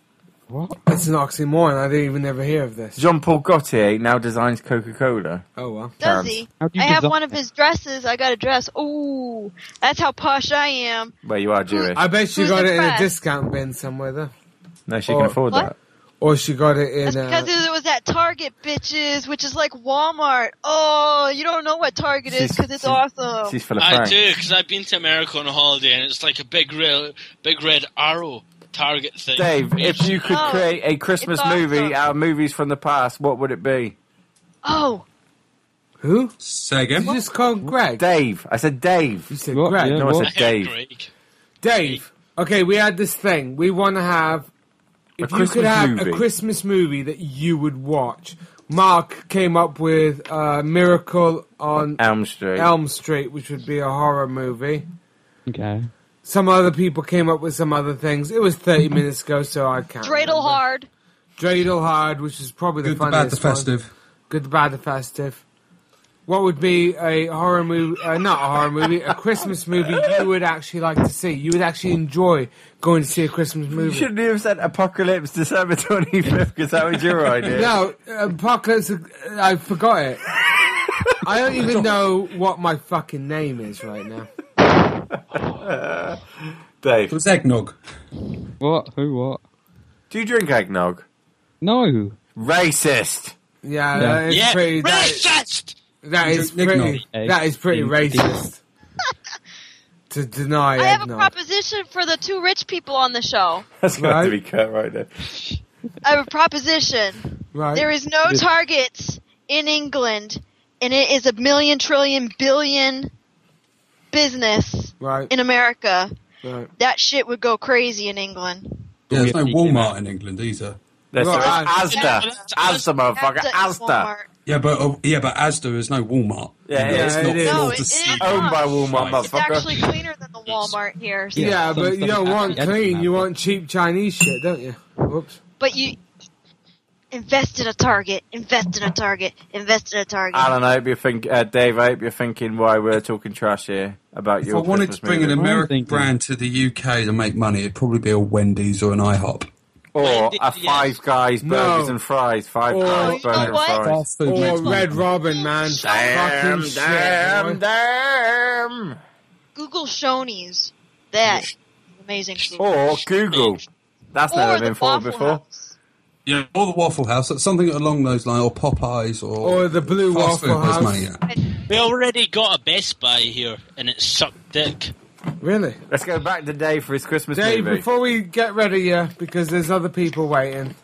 B: That's an oxymoron. I didn't even ever hear of this.
D: Jean Paul Gaultier now designs Coca Cola.
B: Oh well.
C: Does
D: Terms.
C: he?
G: How do you
C: I have
G: design
C: one of
G: it?
C: his dresses. I got a dress. Ooh, that's how posh I am.
D: Where you are Jewish.
B: I bet she
C: Who's
B: got it in a
C: impressed?
B: discount bin somewhere, though.
D: No, she can
B: Or-
D: afford
C: What?
D: that.
B: Or she got it in.
C: That's
B: Uh,
C: because it was at Target, bitches, which is like Walmart. Oh, you don't know what Target is
D: She's-
C: because it's
D: she's-
C: awesome.
D: She's full of
H: I
D: frank.
H: do, because I've been to America on a holiday and it's like a big red, big red arrow target thing.
D: Dave, if you could
C: Oh,
D: create a Christmas
C: it's awesome.
D: movie out of movies from the past, what would it be?
C: Oh,
B: who? Did
F: Say again.
B: you just call him Greg?
D: Dave. I said
B: you
D: Dave.
B: said
G: What?
B: Greg.
G: Yeah.
D: No, I
G: what?
D: said Dave.
H: Great.
B: Dave, okay, we had this thing. We want to have. If you
D: Christmas
B: could have
D: movie.
B: a Christmas movie that you would watch, Mark came up with uh, Miracle on
D: Elm Street.
B: Elm Street, which would be a horror movie.
G: Okay.
B: Some other people came up with some other things. It was 30 minutes ago, so I can't.
C: Dreidel hard.
B: Dreidel Hard, which is probably the
F: Good, the
B: funniest
F: bad, the
B: one.
F: festive.
B: Good, the bad, the festive. What would be a horror movie? Uh, not a horror movie, a Christmas movie you would actually like to see. You would actually enjoy going to see a Christmas
D: You
B: movie.
D: shouldn't have said Apocalypse December 25th because that was your idea.
B: No, apocalypse. I forgot it. I don't even know what my fucking name is right now.
F: It
D: Dave,
F: was eggnog.
G: What? Who? What?
D: do you drink eggnog?
G: No.
D: Racist.
B: Yeah, that is
H: Yeah,
B: pretty. That is,
H: racist.
B: that is
F: Drink
B: pretty.
G: eggnog.
B: That is pretty
G: Egg.
B: racist. to deny
C: I have a
B: eggnog.
C: proposition for the two rich people on the show.
D: That's going
B: Right.
D: to be cut right there.
C: I have a proposition.
B: Right.
C: There is no targets in England, and it is a million trillion billion business
B: right.
C: in America.
B: Right.
C: That shit would go crazy in England.
F: Yeah, there's no Walmart in England either.
D: That's
B: Right.
D: right. Asda.
H: Yeah.
D: Asda, motherfucker.
C: Asda is
D: Asda.
C: Walmart.
F: Yeah, but uh, yeah, but Asda is no Walmart.
D: Yeah,
F: You know,
D: yeah,
F: it's
B: it
F: not
B: is.
F: full
C: No,
F: to
C: it is. Oh,
F: see.
D: Owned by Walmart,
H: Right.
C: It's actually
D: motherfucker.
C: cleaner than the Walmart here. so-
B: Yeah,
G: Yeah,
B: but
G: some
B: you don't
G: stuff
B: want
G: actually
B: clean.
G: happens.
B: You want cheap Chinese shit, don't you? Whoops.
C: But you invest in a Target. Invest in a Target. Invest in a Target.
D: Alan, I hope you're thinking, uh, Dave, I hope you're thinking why we're talking trash here about
F: If
D: your
F: I wanted
D: Christmas
F: to bring an
D: movie.
G: I'm
F: American
G: thinking-
F: brand to the UK to make money, it'd probably be a Wendy's or an IHOP.
D: Or a
H: Yes.
D: Five Guys burgers
B: No.
D: and fries. Five
B: Or- Oh,
D: Guys
C: you know
D: burgers and
C: what?
D: fries.
F: Fast food
B: Or
F: makes
B: Red
F: money.
B: Robin, man.
D: Damn,
B: Fucking shit,
D: damn,
B: boy.
D: damn.
C: Google Shoney's. That is amazing. food.
D: Or Google. Oh, That's
C: Or
D: never
C: the
D: been thought
C: Waffle
D: before.
C: House.
F: Yeah, or the Waffle House, that's something along those lines, or Popeyes, or
B: Or the Blue
F: fast
B: Waffle
F: food makes
B: House.
F: money. Yeah.
H: We already got a Best Buy here, and it's sucked dick.
B: Really?
D: Let's go back to Dave for his Christmas
B: Dave,
D: movie.
B: before we get rid of you, because there's other people waiting,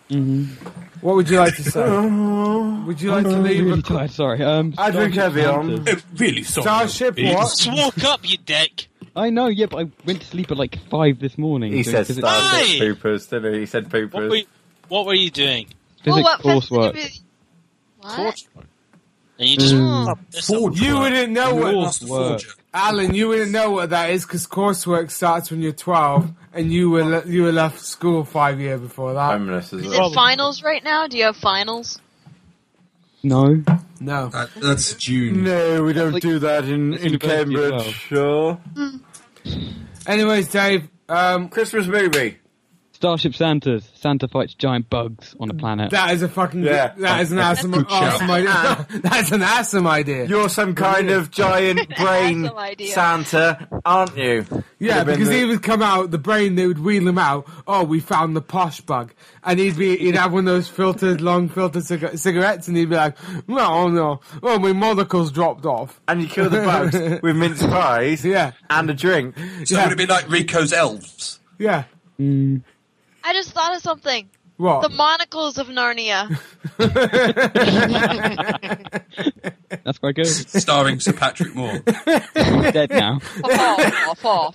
B: what would you like to say? would you like to leave
G: Really
B: a
G: tired. Sorry. Um.
D: I drink
G: Starship
D: heavy on.
G: Hunters.
F: It really sorry.
B: starship? What?
H: Just woke up, you dick.
G: I know. Yep. I went to sleep at like five this morning.
D: he said
G: physics,
D: Starship
H: Why?
D: Poopers, didn't he? He said
H: What
D: Poopers.
H: were you, what were you doing?
C: Well,
G: physics
C: Oh, what
G: coursework.
C: festivity- What?
H: And you just "Oh,
C: Mm.
H: popped this up.
F: Forger.
B: You wouldn't know
F: You're a
B: what,
F: master
G: Work.
F: forger.
B: Alan. You wouldn't know what that is because coursework starts when you're 12, and you were le- you were left school five year before that.
D: Homeless as
C: Is
D: well.
C: it finals right now? Do you have finals?
G: No.
B: no,
F: That, that's June.
D: No, we don't
G: like-
D: do that in,
G: It's
D: in
G: university as
D: Cambridge.
G: well.
D: Sure.
B: Anyways, Dave, um,
D: Christmas movie.
G: Starship Santas. Santa fights giant bugs on a planet.
B: that is a fucking
D: Yeah.
B: that is an awesome,
F: good shout.
B: awesome idea. That's an awesome idea.
D: You're some kind of giant brain
C: Awesome idea.
D: Santa, aren't you?
B: Yeah,
D: Would've been
B: because
D: the-
B: he would come out the brain. They would wheel him out. Oh, we found the posh bug, and he'd be he'd have one of those filtered, long filtered cig- cigarettes, and he'd be like, "No, no, well, my monocle's dropped off."
D: and you kill the bugs with mince pies
B: Yeah,
D: and a drink.
F: So would it be like Rico's Elves?
B: yeah.
G: Mm.
C: I just thought of something. The
B: What?
C: Monocles of Narnia.
G: That's quite good.
F: Starring Sir Patrick Moore.
G: He's dead now.
E: What?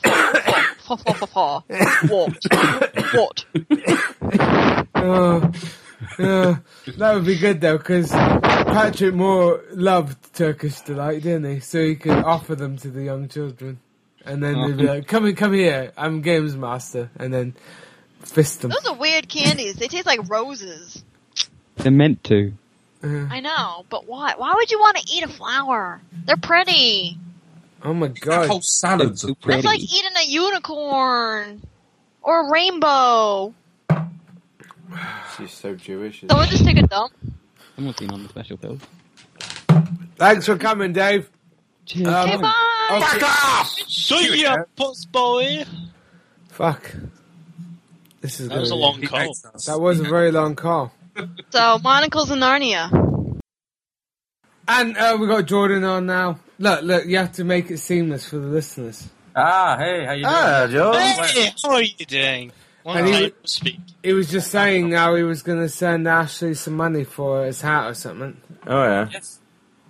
E: What?
B: Uh, uh, that would be good though, because Patrick Moore loved Turkish delight, didn't he? So he could offer them to the young children, and then they'd be
H: Oh.
B: like, "Come here, come here, I'm games master," and then fist them.
C: Those are weird candies. They taste like roses.
G: They're meant to.
C: I know, but why? Why would you want to eat a flower? They're pretty.
B: Oh my
F: That whole
B: god!
F: salads are
G: Pretty.
C: It's like eating a unicorn or a rainbow.
D: She's so Jewish.
C: Someone just take a dump.
G: Someone's been on the special pill.
B: Thanks for coming, Dave.
G: Cheers.
B: Um,
C: Okay, bye.
D: Fuck off!
H: So you puss boy.
B: Fuck. This is
H: That was a
B: gonna be-
H: long call.
B: That was a very long call.
C: So, Monocles of Narnia.
B: And uh, we got Jordan on now. Look, look, you have to make it seamless for the listeners.
I: Ah, hey, how you doing?
D: Ah, George.
H: Hey, how are you doing? Long
B: And he-
H: time no speak.
B: He was just saying now he was going to send Ashley some money for his hat or something.
D: Oh yeah.
I: Yes.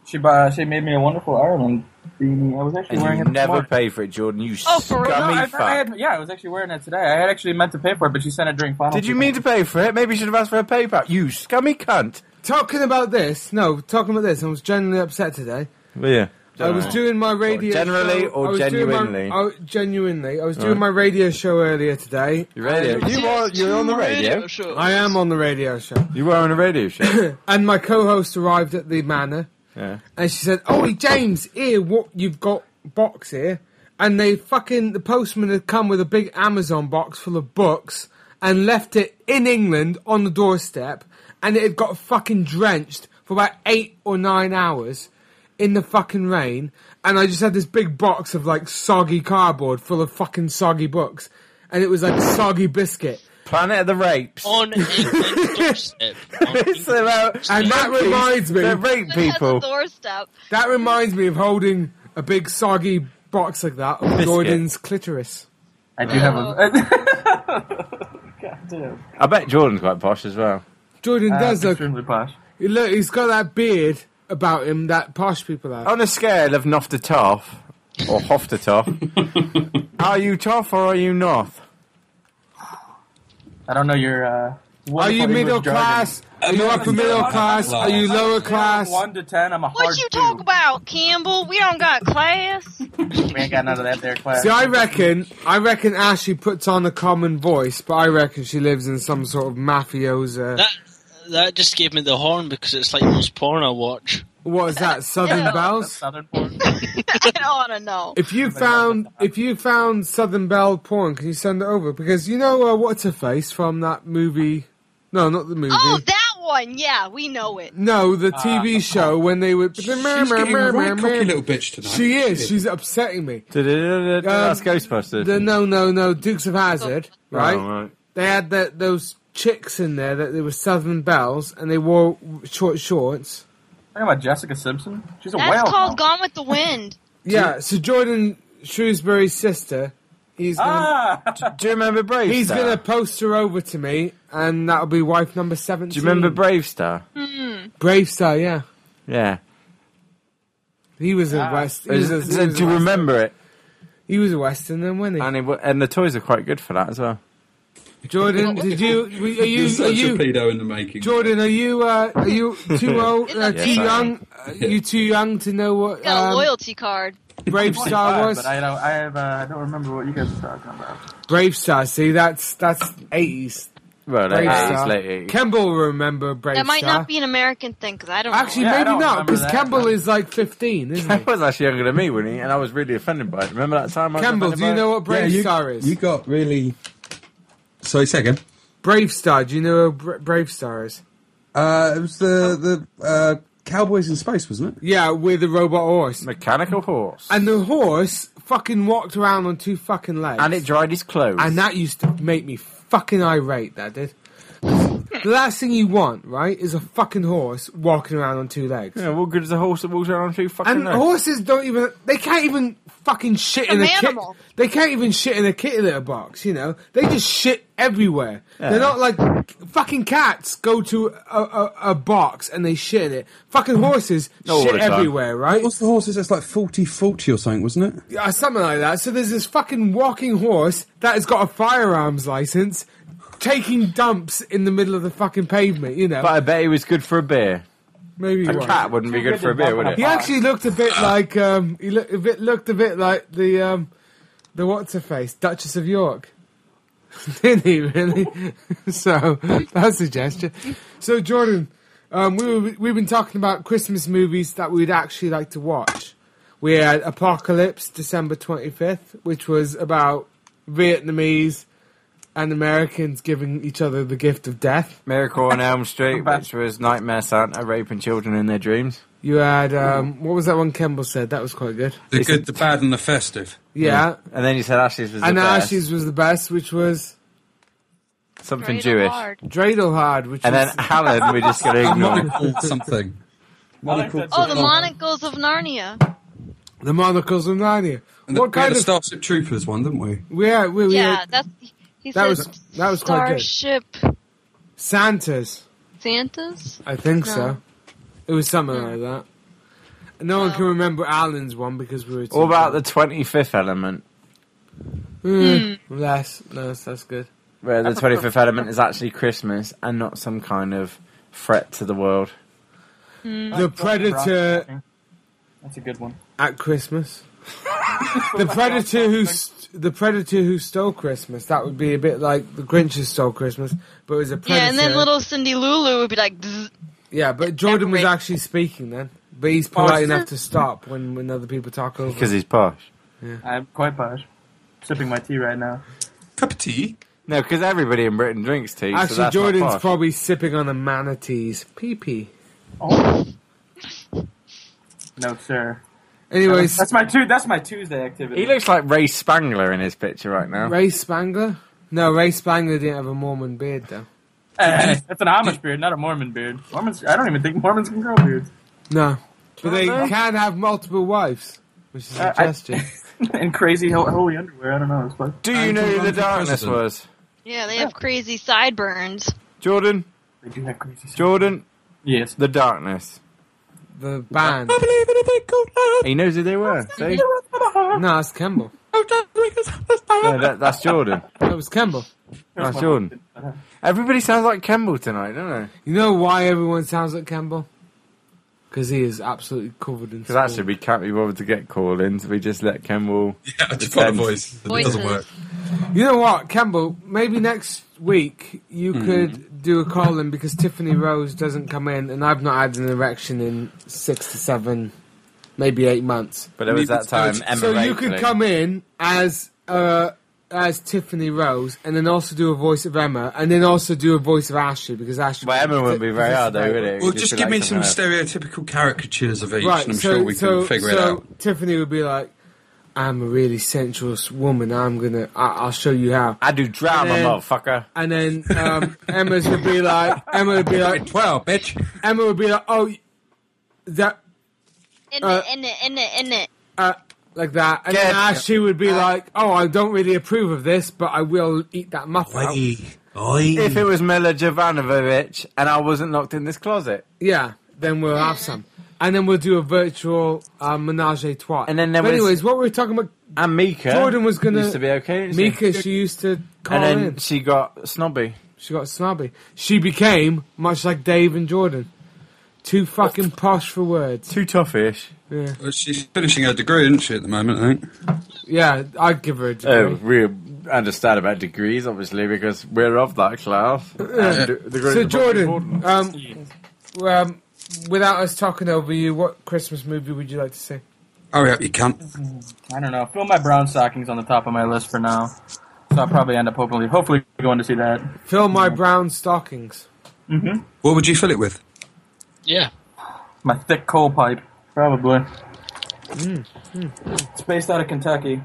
I: She uh, she made me a wonderful Ireland beanie. I was actually
D: And
I: wearing
D: you
I: it. this
D: never
I: morning.
D: pay for it, Jordan. You
C: Oh, for real?
I: No,
D: scummy
I: I, I
D: fuck.
I: had, yeah, I was actually wearing it today. I had actually meant to pay for it, but she sent it during final.
D: Did you mean to pay for it? Maybe you should have asked for a PayPal. You scummy cunt.
B: Talking about this, no, talking about this, I was genuinely upset today.
D: Well, yeah.
B: I was
D: Dunno.
B: doing my radio.
D: generally
B: show-
D: or
B: I was doing my-
D: genuinely?
B: I- genuinely, I was doing
D: Right.
B: my radio show earlier today.
D: Your radio. You are you're on the radio.
B: I am on the radio show,
D: You were on a radio show.
B: and my co-host arrived at the manor,
D: yeah.
B: and she said, "Oh, James, here, what you've got box here." And they fucking the postman had come with a big Amazon box full of books and left it in England on the doorstep, and it had got fucking drenched for about eight or nine hours in the fucking rain, and I just had this big box of like soggy cardboard full of fucking soggy books, and it was like soggy biscuit.
D: Planet of the Rapes.
B: Oh.
H: On England's doorstep. On
D: it's about
B: And that
D: monkeys
B: reminds me-
D: that rape people.
C: the doorstep.
B: That reminds me of holding a big soggy box like that of
D: Biscuit.
B: Jordan's clitoris.
I: I do have a. God damn.
D: I bet Jordan's quite posh as well.
B: Jordan
I: Uh,
B: does look.
I: extremely posh.
B: Look, he's got that beard about him that posh people have.
D: On a scale of Noff to Toff or Hoff to Toff, are you Toff or are you Noth?
I: I don't know your. Uh,
B: Are
I: wonderful
B: you
I: English
B: middle
I: jargon.
B: class? Are you upper middle class? Are you lower class?
I: One to ten, I'm a hard
C: What you
I: two.
C: talk about, Campbell? We don't got class.
I: We ain't got none of that there, class.
B: See, I reckon, I reckon Ashley puts on a common voice, but I reckon she lives in some sort of mafiosa.
H: That that just gave me the horn because it's like most porn I watch.
B: What is that? Southern
C: Yeah.
B: Bells?
I: Southern porn.
C: I don't want to know.
B: If you found if you found Southern Belle porn, can you send it over? Because you know uh, what's her face from that movie? No, not the movie.
C: Oh, that one. Yeah, we know it.
B: no, the TV show when they would.
F: She's getting a right cocky little bitch tonight.
B: She is. She's upsetting me. Um,
D: That's Ghostbusters.
B: The no, no, no. Dukes of Hazard, right?
D: Oh, right.
B: They had the, those chicks in there that they were Southern Belles, and they wore short shorts.
I: Talking about Jessica Simpson? She's a
C: That's
I: whale.
B: uh,
C: called
I: now.
C: Gone with the Wind.
B: Yeah. So Jordan Shrewsbury's sister, he's gonna,
I: Ah!
D: Do you remember Brave
B: he's
D: Star?
B: gonna post her over to me, and that'll be wife number seventeen.
D: Do you remember Brave Star?
B: Brave Star? Yeah.
D: Yeah.
B: He was a West. He
D: Is-
B: was a,
D: is-
B: he was
D: do
B: a,
D: you
B: West-
D: remember it?
B: he was a Western then, wasn't he?
D: And, it, wa- and the toys are quite good for that as well.
B: Jordan, did you? Are
F: You're
B: you? Are
F: such a
B: you?
F: pedo in the making.
B: Jordan, are you? Uh, are you too old? Uh,
C: Yeah,
B: too
D: sorry.
B: young? Uh, you too young to know what
C: Got a
B: um,
C: loyalty card.
B: Brave Star was?
I: But I don't, I, have, uh, I don't remember what you guys are talking about.
B: Brave Star. See, that's that's eighties.
D: Well, late
B: Brave
D: 80s,
B: Star.
D: late 80s.
B: Kemble will remember Brave
C: That might
B: Star.
C: not be an American thing because I don't.
B: Actually,
C: know.
I: Yeah, I
B: maybe
I: don't
B: not
I: remember
B: because
I: that.
B: Kemble is like fifteen, isn't
D: He
B: he?
D: was actually younger than me, wasn't he? And I was really offended by it. Remember that time? I was
B: Kemble,
D: offended
B: do you
D: by
B: know
D: it?
B: what Brave
F: you,
B: Star is?
F: You got really. Sorry, second.
B: Brave Star. Do you know what Bra- Brave Star is?
F: Uh, it was the the uh, Cowboys in Space, wasn't it?
B: Yeah, with the robot horse.
D: Mechanical horse. And,
B: And the horse fucking walked around on two fucking legs.
D: it dried his clothes.
B: And that used to make me fucking irate, that did. the last thing you want, right, is a fucking horse walking around on two legs.
D: Yeah, what good is a horse that walks around on two fucking
B: And
D: legs?
B: horses don't even, they can't even fucking shit in
C: An
B: a kit.
C: animal.
B: They can't even shit in a kitty litter box, you know? They just shit everywhere. They're not like, fucking cats go to a, a, a box and they shit in it. Fucking horses
D: Not all
B: shit
D: the time.
B: everywhere, right?
F: What's the horses? That's like 40 40 or something, wasn't it?
B: uh, something like that. So there's this fucking walking horse that has got a firearms license, taking dumps in the middle of the fucking pavement. You know,
D: But I bet he was good for a beer.
B: maybe he
D: A
B: was.
D: cat wouldn't be good for a beer, would it?
B: He actually looked a bit like um, he looked a bit looked a bit like the um, the what's her face Duchess of York, didn't he? Really? so that's a suggestion. So Jordan, um, we were, we've been talking about Christmas movies that we'd actually like to watch. We had Apocalypse December twenty fifth, which was about Vietnamese and Americans giving each other the gift of death.
D: Miracle on Elm Street, which was Nightmare Santa raping children in their dreams.
B: You had um, what was that one Kemble said? That was quite good.
F: The good, the bad, and the festive.
B: Yeah.
D: And then you said Ashley's was
B: and
D: the best.
B: Ashes was the best, which was
D: Something
C: Cradle
D: Jewish.
C: hard.
B: Dreidel which
D: And then
B: was
D: Alan, we just got to ignore.
F: Monocle something. Monocle.
C: Oh, the Monocles of Narnia.
B: the Monocles of Narnia.
F: And the,
B: what kind
F: we had a
B: of?
F: Starship Troopers one, didn't we?
B: Yeah, we, we
C: Yeah,
B: had
C: that's. He
B: That
C: says
B: was- that was quite good.
C: Starship
B: Santas.
C: Santas.
B: I think
C: No.
B: so. It was something like that. No one can remember Alan's one because we were.
D: All about the 25th element,
B: Mm,
C: Hmm.
B: Less, less. That's good.
D: where the 25th element is actually Christmas and not some
C: Mm.
D: kind of threat to the world.
B: The Predator
I: That's a good one.
B: At Christmas. the predator who st- the predator who stole Christmas. That would be a bit like the Grinch who stole Christmas, but it was a predator.
C: Yeah, and then little Cindy Lulu would be like, "Bzz."
B: Yeah, but Jordan was
C: Decorate.
B: actually speaking then, but he's polite enough to stop when when other people talk over.
D: Because he's posh.
I: I'm quite posh. Sipping my tea right now.
F: Cup of tea.
D: No, because everybody in Britain drinks tea.
B: actually,
D: so that's not
B: Jordan's
D: posh.
B: probably sipping on a manatee's pee pee.
I: No, sir.
B: Anyways,
I: That's my two. That's my Tuesday activity.
D: He looks like Ray Spangler in his picture right now.
B: Ray Spangler. No, Ray Spangler didn't have a Mormon beard though.
I: Hey, hey, Uh, that's an Amish beard, not a Mormon beard. Mormons. I don't even think Mormons can grow beards.
B: No, but they
D: Can't they?
B: can have multiple wives, which is
I: Uh,
B: a
I: I-
B: gesture.
I: and crazy ho- holy underwear. I don't know. It's like,
D: Do you know who
F: run
D: the
F: for
D: darkness
F: president.
D: was?
C: yeah, they have crazy sideburns.
B: Uh,
D: Jordan,
I: they do have crazy.
D: Jordan,
I: Yes.
D: the darkness.
B: The band.
F: believe in a big cold love.
D: He knows who they were. See,
B: No, that's Campbell.
D: no, that, that's Jordan.
B: That was Campbell.
D: That's Jordan. Everybody sounds like Campbell tonight, don't they?
B: You know why everyone sounds like Campbell? Because he is absolutely covered in.
D: Because actually, we can't be bothered to get call-ins. We just let Campbell.
F: Yeah, I just got a voice. It doesn't
C: Voices.
F: work.
B: You know what, Campbell? Maybe next week you
D: Hmm.
B: could do a call in because Tiffany Rose doesn't come in, and I've not had an erection in six to seven, maybe eight months.
D: But it was that time Emma
B: so you
D: Rapley.
B: could come in as uh, as Tiffany Rose, and then also do a voice of Emma, and then also do a voice of Ashley because Ashley.
D: Well, Emma wouldn't be very hard, though, would it?
F: Well,
D: It'd
F: just
D: be
F: give
D: like
F: me some
D: someone
F: stereotypical caricatures of each,
B: Right,
F: and I'm
B: so,
F: sure we
B: so,
F: can figure
B: so
F: it out.
B: Tiffany would be like, "I'm a really sensuous woman. I'm gonna. I, I'll show you how."
D: else. I do
B: And
D: drama,
B: then-
D: motherfucker.
B: And then um, Emma's would be like, Emma would be like,
F: Twelve, bitch.
B: Emma would be like, "Oh, that
C: In
B: Uh,
C: it, in it, in it, in it.
B: uh, like that," and then
D: Get-
B: Ashley would be like, "Oh, I don't really approve of this, but I will eat that muffin." out."
F: Oi, oi.
D: If it was Mila Jovanovic and I wasn't locked in this closet,
B: Yeah, then we'll have some. And then we'll do a virtual uh, menage a trois.
D: And then there
B: But
D: was-
B: anyways, what we were talking about,
D: and Mika
B: Jordan was gonna-
D: used to be okay. didn't she?
B: Mika, she used to call
D: and then
B: in.
D: she got snobby.
B: She got snobby. She became, much like Dave and Jordan, too fucking posh for words.
D: Too toughish.
B: Yeah,
F: Well, she's finishing her degree, isn't she, at the moment? I think.
B: yeah I'd give her a degree.
D: Oh, we understand about degrees, obviously, because we're of that class. And the degrees
B: so,
D: are
B: Jordan,
D: important.
B: um, um, without us talking over you, what Christmas movie would you like to see?
F: Hurry up, you cunt.
I: I don't know. Feel my brown stockings on the top of my list for now. So I'll probably end up hopefully, hopefully going to see that.
B: Fill my brown stockings.
F: What would you fill it with?
H: Yeah.
I: My thick coal pipe, probably. It's based out of Kentucky.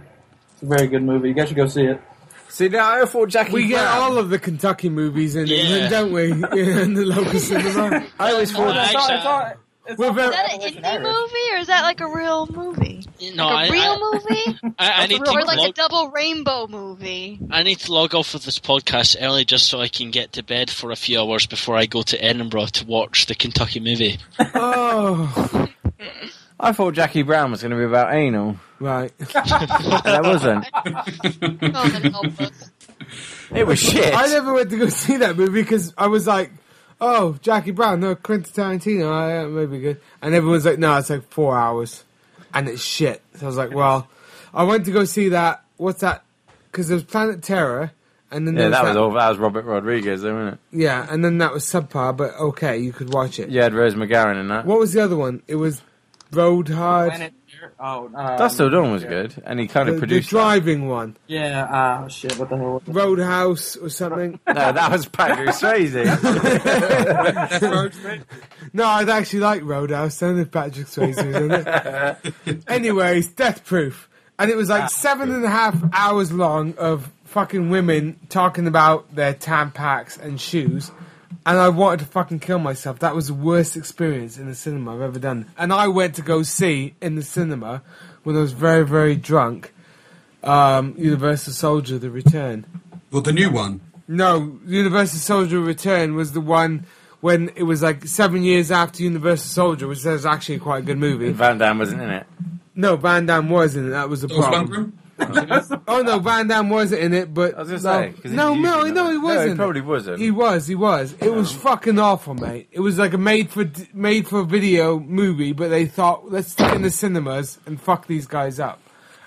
I: It's a very good movie. You guys should go see it.
D: See, now I thought Jackie.
B: We get
D: Brown-
B: all of the Kentucky movies in
H: Yeah.
B: it, don't we? In the local cinema.
D: I always
H: No,
D: thought.
H: I
I: It's all-
H: actually-
I: it's all- it's
B: We're
I: all-
B: very-
C: Is that an
I: Revolution
C: indie
I: Irish.
C: movie or is that like a real movie?
H: no,
C: like a
H: I,
C: real
H: I,
C: movie?
H: I, I need to
C: or like a
H: log,
C: double rainbow movie?
H: I need to log off of this podcast early just so I can get to bed for a few hours before I go to Edinburgh to watch the Kentucky movie.
B: oh,
D: I thought Jackie Brown was going to be about anal.
B: right.
D: That wasn't.
C: Heaven help us.
D: It was shit.
B: I never went to go see that movie because I was like, oh, Jackie Brown, no, Quentin Tarantino, I, that may be good. And everyone's like, no, it's like four hours. And it's shit. So I was like, well, I went to go see that. What's that? Because there was Planet Terror. And then
D: Yeah,
B: there
D: that was all. That was Robert Rodriguez, though, wasn't it?
B: Yeah, and then that was subpar, but okay, you could watch it.
D: You had Rose McGowan in that.
B: What was the other one? It was Road Hard.
I: Planet Earth- Oh, um,
D: Dust Till Dawn was good, and he kind
B: the,
D: of
B: the
D: produced. that.
B: driving one.
I: Yeah. Oh shit! What the hell? was it?
B: Roadhouse or something.
D: No, that was Patrick Swayze.
B: No, I'd actually like Roadhouse. Then if Patrick Swayze was in it. Anyways, Death Proof, and it was like seven and a half hours long of fucking women talking about their tampons and shoes, and I wanted to fucking kill myself. That was the worst experience in the cinema I've ever done, and I went to go see in the cinema when I was very very drunk. Um, Universal Soldier: The Return.
F: Well, the new one.
B: No, Universal Soldier Return was the one when it was like seven years after Universal Soldier, which is actually quite a good movie.
D: Van Damme wasn't in it.
B: No, Van Damme was in it. That was the
F: Dolph
B: problem.
F: Lundgren?
B: oh no, Van Damme wasn't in it, but I was
D: gonna
B: no,
D: say, 'cause
B: no,
D: he's
B: no, no,
D: usually not.
B: he
D: No, he
B: wasn't.
D: probably wasn't.
B: He was, he was. It was fucking awful, mate. It was like a made for made for video movie, but they thought let's stick in the cinemas and fuck these guys up.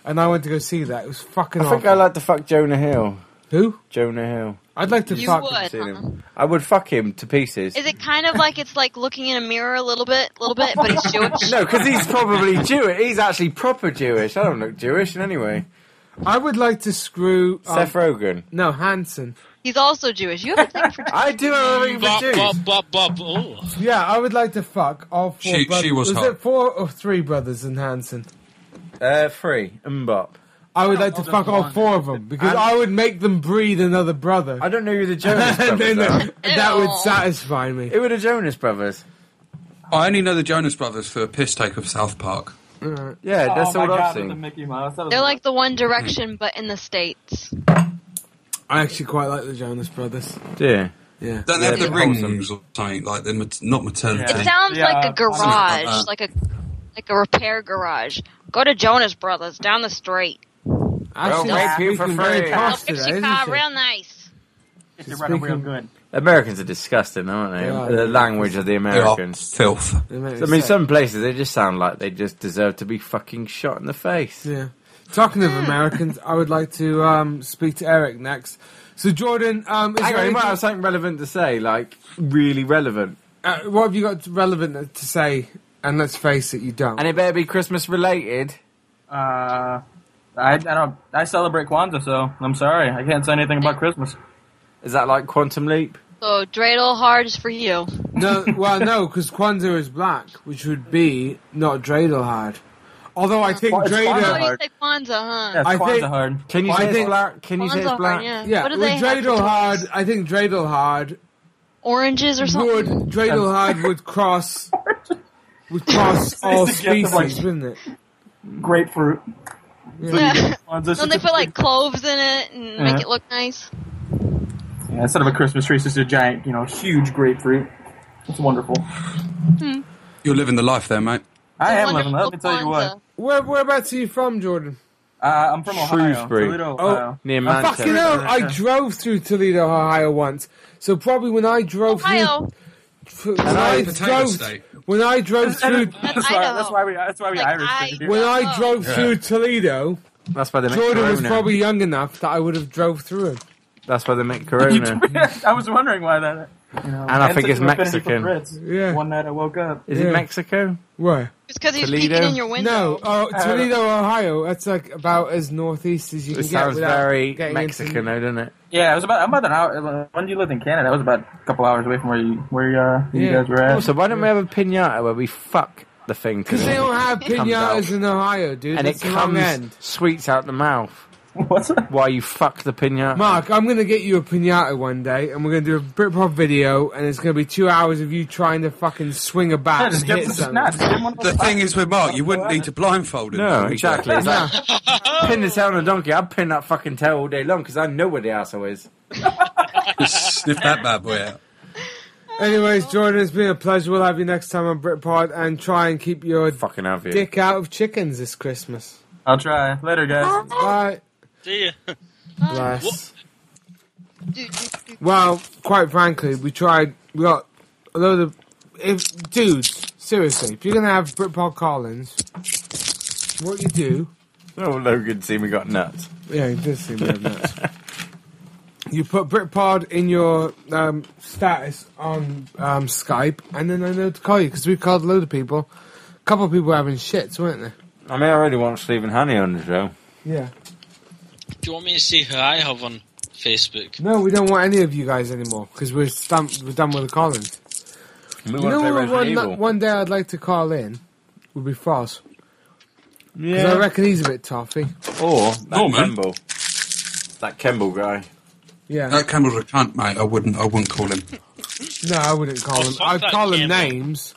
B: And I went to go see that. It was fucking
D: I
B: awful.
D: think I like to fuck Jonah Hill.
B: Who?
D: Jonah Hill.
B: I'd like to
C: You
B: fuck.
C: would,
D: Seen
C: huh?
D: him. I would fuck him to pieces.
C: Is it kind of like it's like looking in a mirror a little bit, a little bit, but it's Jewish?
D: No, because he's probably Jewish. He's actually proper Jewish. I don't look Jewish in any way.
B: I would like to screw um,
D: Seth Rogen.
B: No, Hanson.
C: He's also Jewish. You have a thing for
D: I do have a thing for
H: Bob,
D: Jews.
H: Bob, Bob, Bob. Oh.
B: Yeah, I would like to fuck all four
F: She- she
B: brothers.
F: was hot.
B: it four or three brothers in Hanson?
D: Uh, three. Mbop.
B: I would like to fuck all four of them because I would make them breed another brother.
D: I don't know who the Jonas
B: and
D: brothers
B: then
D: are.
B: that would
C: Ew.
B: satisfy me.
D: Who are the Jonas brothers?
F: I only know the Jonas Brothers for a piss take of South Park.
D: Yeah, that's
I: oh my
D: all I've
I: God, with the
D: seen.
I: Mickey Mouse. That was
C: They're like the One Direction, but in the states.
B: I actually quite like the Jonas Brothers.
D: Yeah.
B: Yeah.
F: Don't they have
D: Yeah,
F: the
D: they're wholesome.
F: rings or something like the mat- not maternity.
C: It sounds
I: Yeah,
C: like a
I: something like
C: garage, like a like a repair garage. Go to Jonas Brothers down the street.
B: Actually,
D: Well,
B: it's
D: thank you for
B: speaking
D: free.
B: very
C: They'll
B: fast
C: fix
B: today,
C: your
B: isn't
C: car
B: she?
C: real nice.
I: you're running real
B: Speaking-
I: good.
D: Americans are disgusting, aren't they?
B: Yeah.
D: the language of the
F: They are
D: Americans.
F: filth.
B: They make
D: I mean,
B: sense.
D: some places they just sound like they just deserve to be fucking shot in the face.
B: Yeah. Talking of Americans, I would like to um, speak to Eric next. So, Jordan, um, is
D: Hang
B: there
D: on, you might
B: anything-
D: have something relevant to say, like really relevant.
B: uh, what have you got relevant to say? And let's face it, you don't.
D: And it better be Christmas related.
I: Uh, I, I don't. I celebrate Kwanzaa, so I'm sorry. I can't say anything about Christmas.
D: Is that like Quantum Leap?
C: So dreidel hard is for you.
B: No, well, no, because Kwanzaa is black, which would be not Dreidel Although I think
D: Well, it's
C: Oh,
D: Kwanzaa.
B: Dreidel.
C: you say Kwanzaa, huh?
I: Yes,
B: I
I: Kwanzaa
B: think-
I: hard.
D: Can you
B: Well,
D: say
B: I
D: it's
B: think-
D: black? Can you say it's
C: Kwanzaa
D: black?
C: hard, yeah.
B: Yeah,
C: What do
B: with
C: they have for
B: Dreidel I think Dreidel
C: Oranges or
B: would
C: something?
B: Dreidel would cross would cross all
I: It's together
B: species,
I: like-
B: wouldn't it?
I: Grapefruit.
C: Yeah.
I: Kwanzaa.
C: Don't they put like cloves in it and
I: Yeah.
C: make it look nice?
I: Yeah, instead of a Christmas tree, it's just a giant, you know, huge grapefruit. It's wonderful.
F: You're living the life there, mate.
I: I
C: The
I: am living
C: wonderful
I: up. Let me tell you what.
C: Kwanzaa.
B: Where whereabouts are you from, Jordan?
I: Uh, I'm from Ohio,
D: Shrewsbury.
I: Toledo, Ohio.
D: Near
B: I
D: Manchester.
B: fucking know. I drove through Toledo, Ohio once. So probably when I drove
C: Ohio.
B: through, when I
F: Potato
B: drove,
F: state.
B: when I drove through,
I: That's,
C: That's
I: why,
C: Idaho.
I: that's why we. That's why we
C: Like,
I: Irish.
C: I-
I: did it.
B: when I
C: Oh.
B: drove through Toledo,
D: That's why they make
B: Jordan
D: Corona.
B: was probably young enough that I would have drove through it.
D: That's why they make Corona.
I: I was wondering why that. You know,
D: And I think
I: such
D: it's
I: an affinity for
D: Mexican.
I: Brits.
B: Yeah.
I: One night I woke up.
D: Is
B: Yeah.
D: it Mexico?
B: Where?
C: It's because he's
D: Toledo?
C: peeking in your window.
B: No, oh,
I: Uh,
B: Toledo, Ohio. That's like about as northeast as you
D: It
B: can get
D: sounds
B: without
D: very
B: getting into-
D: Mexican, though, doesn't it?
I: Yeah, it was about I'm about an hour. When you lived in Canada, it was about a couple hours away from where you where uh, you
B: Yeah.
I: guys were at.
D: Also, why don't we have a pinata where we fuck the thing to
B: Because they don't have
D: out.
B: pinatas in Ohio, dude.
D: and it
B: That's the wrong end.
D: comes sweets out the mouth
I: What's that?
D: while you fuck the pinata.
B: Mark, I'm going to get you a pinata one day, and we're going to do a Britpop video, and it's going to be two hours of you trying to fucking swing a bat
I: Yeah,
B: and
I: just give
B: hit
I: him
B: something.
I: nuts. Give him one of
F: The
I: those
F: thing is with Mark, you wouldn't need to blindfold him.
D: no,
F: would you?
D: exactly. It's like, pin the tail on a donkey. I'd pin that fucking tail all day long because I know where the asshole is.
F: Just sniff that bad boy out.
B: Anyways, Jordan, it's been a pleasure. We'll have you next time on Britpod, and try and keep your
D: Fucking have you.
B: dick out of chickens this Christmas.
I: I'll try later, guys.
B: Bye.
H: Do you?
B: Bless. uh, Well, quite frankly, we tried. We got a load of. If dudes, seriously, if you're gonna have Britpop Collins, what you do?
D: Oh, Logan's seen we got nuts.
B: Yeah, it does seem like that. You put Britpod in your um, status on um, Skype, and then I know to call you because we called a load of people. A couple of people were having shits, weren't they?
D: I mean, I really want Stephen Honey on the show.
B: Yeah.
H: Do you want me to see who I have on Facebook?
B: No, we don't want any of you guys anymore because we're stumped. We're done with the Collins.
D: We
B: You
D: want
B: know
D: to play
B: what
D: Resident
B: one,
D: Evil.
B: one day I'd like to call in would be Frost. 'Cause I reckon he's a bit toffy.
D: Or that
F: Norman.
D: Kemble. That Kemble guy.
B: Yeah.
D: Uh,
F: That Campbell's a cunt, mate. I wouldn't. I wouldn't call him.
B: no, I wouldn't call
H: Oh,
B: him.
H: fuck
B: I'd
H: that
B: call him
H: Campbell.
B: names.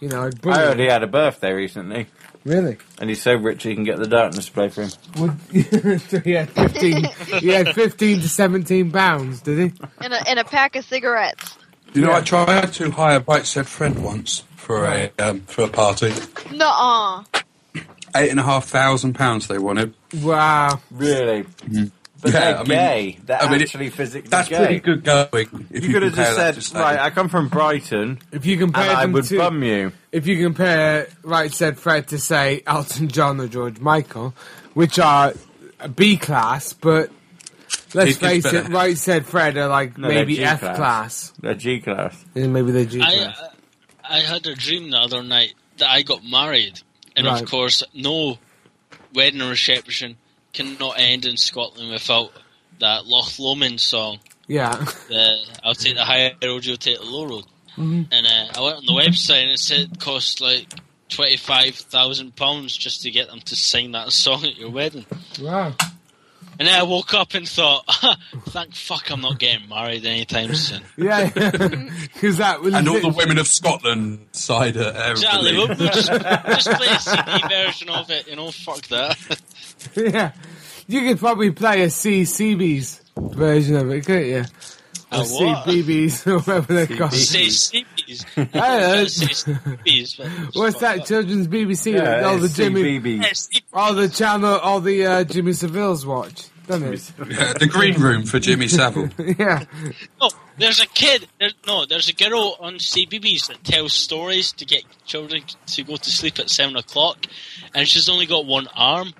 B: You know, I'd bully
D: I
B: him.
D: already had a birthday recently,
B: Really?
D: and he's so rich he can get the darkness to play for him.
B: Would- so he had 15, he had 15 to 17 pounds, did he?
C: And a, and a pack of cigarettes.
F: You know, I tried to hire Bite Said Fred once for a um, for a party.
C: Nuh-uh.
F: Eight and a half thousand pounds they wanted.
B: Wow.
D: Really? But
F: Yeah,
D: they're
F: I mean-
D: gay. They're
F: I mean, it-
D: actually physically
F: That's
D: gay.
F: pretty good going. If
D: you could have
F: compare
D: just
F: that
D: said,
F: to say-
D: right, I come from Brighton.
B: If you compare
D: and I
B: them
D: would
B: to-
D: bum you.
B: If you compare Right Said Fred to say Elton John or George Michael, which are a B class, but
D: He
B: let's
D: gets
B: face it,
D: better.
B: Right Said Fred are like
D: No, they're
B: maybe
D: G
B: F
D: class.
B: class.
D: They're G class.
B: And maybe they're G
H: I, uh,
B: class.
H: I had a dream the other night that I got married, and
B: Right.
H: of course, no wedding reception cannot end in Scotland without that Loch Lomond song.
B: Yeah.
H: The I'll take the high road, you'll take the low road.
B: Mhm.
H: And uh, I went on the website and it said it cost like twenty five thousand pounds just to get them to sing that song at your wedding.
B: Wow.
H: And then I woke up and thought, thank fuck I'm not getting married anytime soon.
B: Yeah. Because that was.
F: And all the women of Scotland side at
H: Exactly.
F: everybody.
H: We'll, we'll just, just play a CD version of it. You know, fuck that.
B: yeah. You could probably play a CCB's version of it, couldn't you?
H: A
B: Or
H: what?
B: CBBS or whatever they're called.
H: Say CBs.
B: What's that children's BBC?
D: Yeah,
B: all the
D: it's
B: Jimmy,
D: CBBS.
B: all the channel, all the uh, Jimmy Seville's watch, doesn't it?
F: Yeah, the green room for Jimmy Savile.
B: yeah,
H: No, Oh, there's a kid. There, no, there's a girl on CBBS that tells stories to get children to go to sleep at seven o'clock, and she's only got one arm.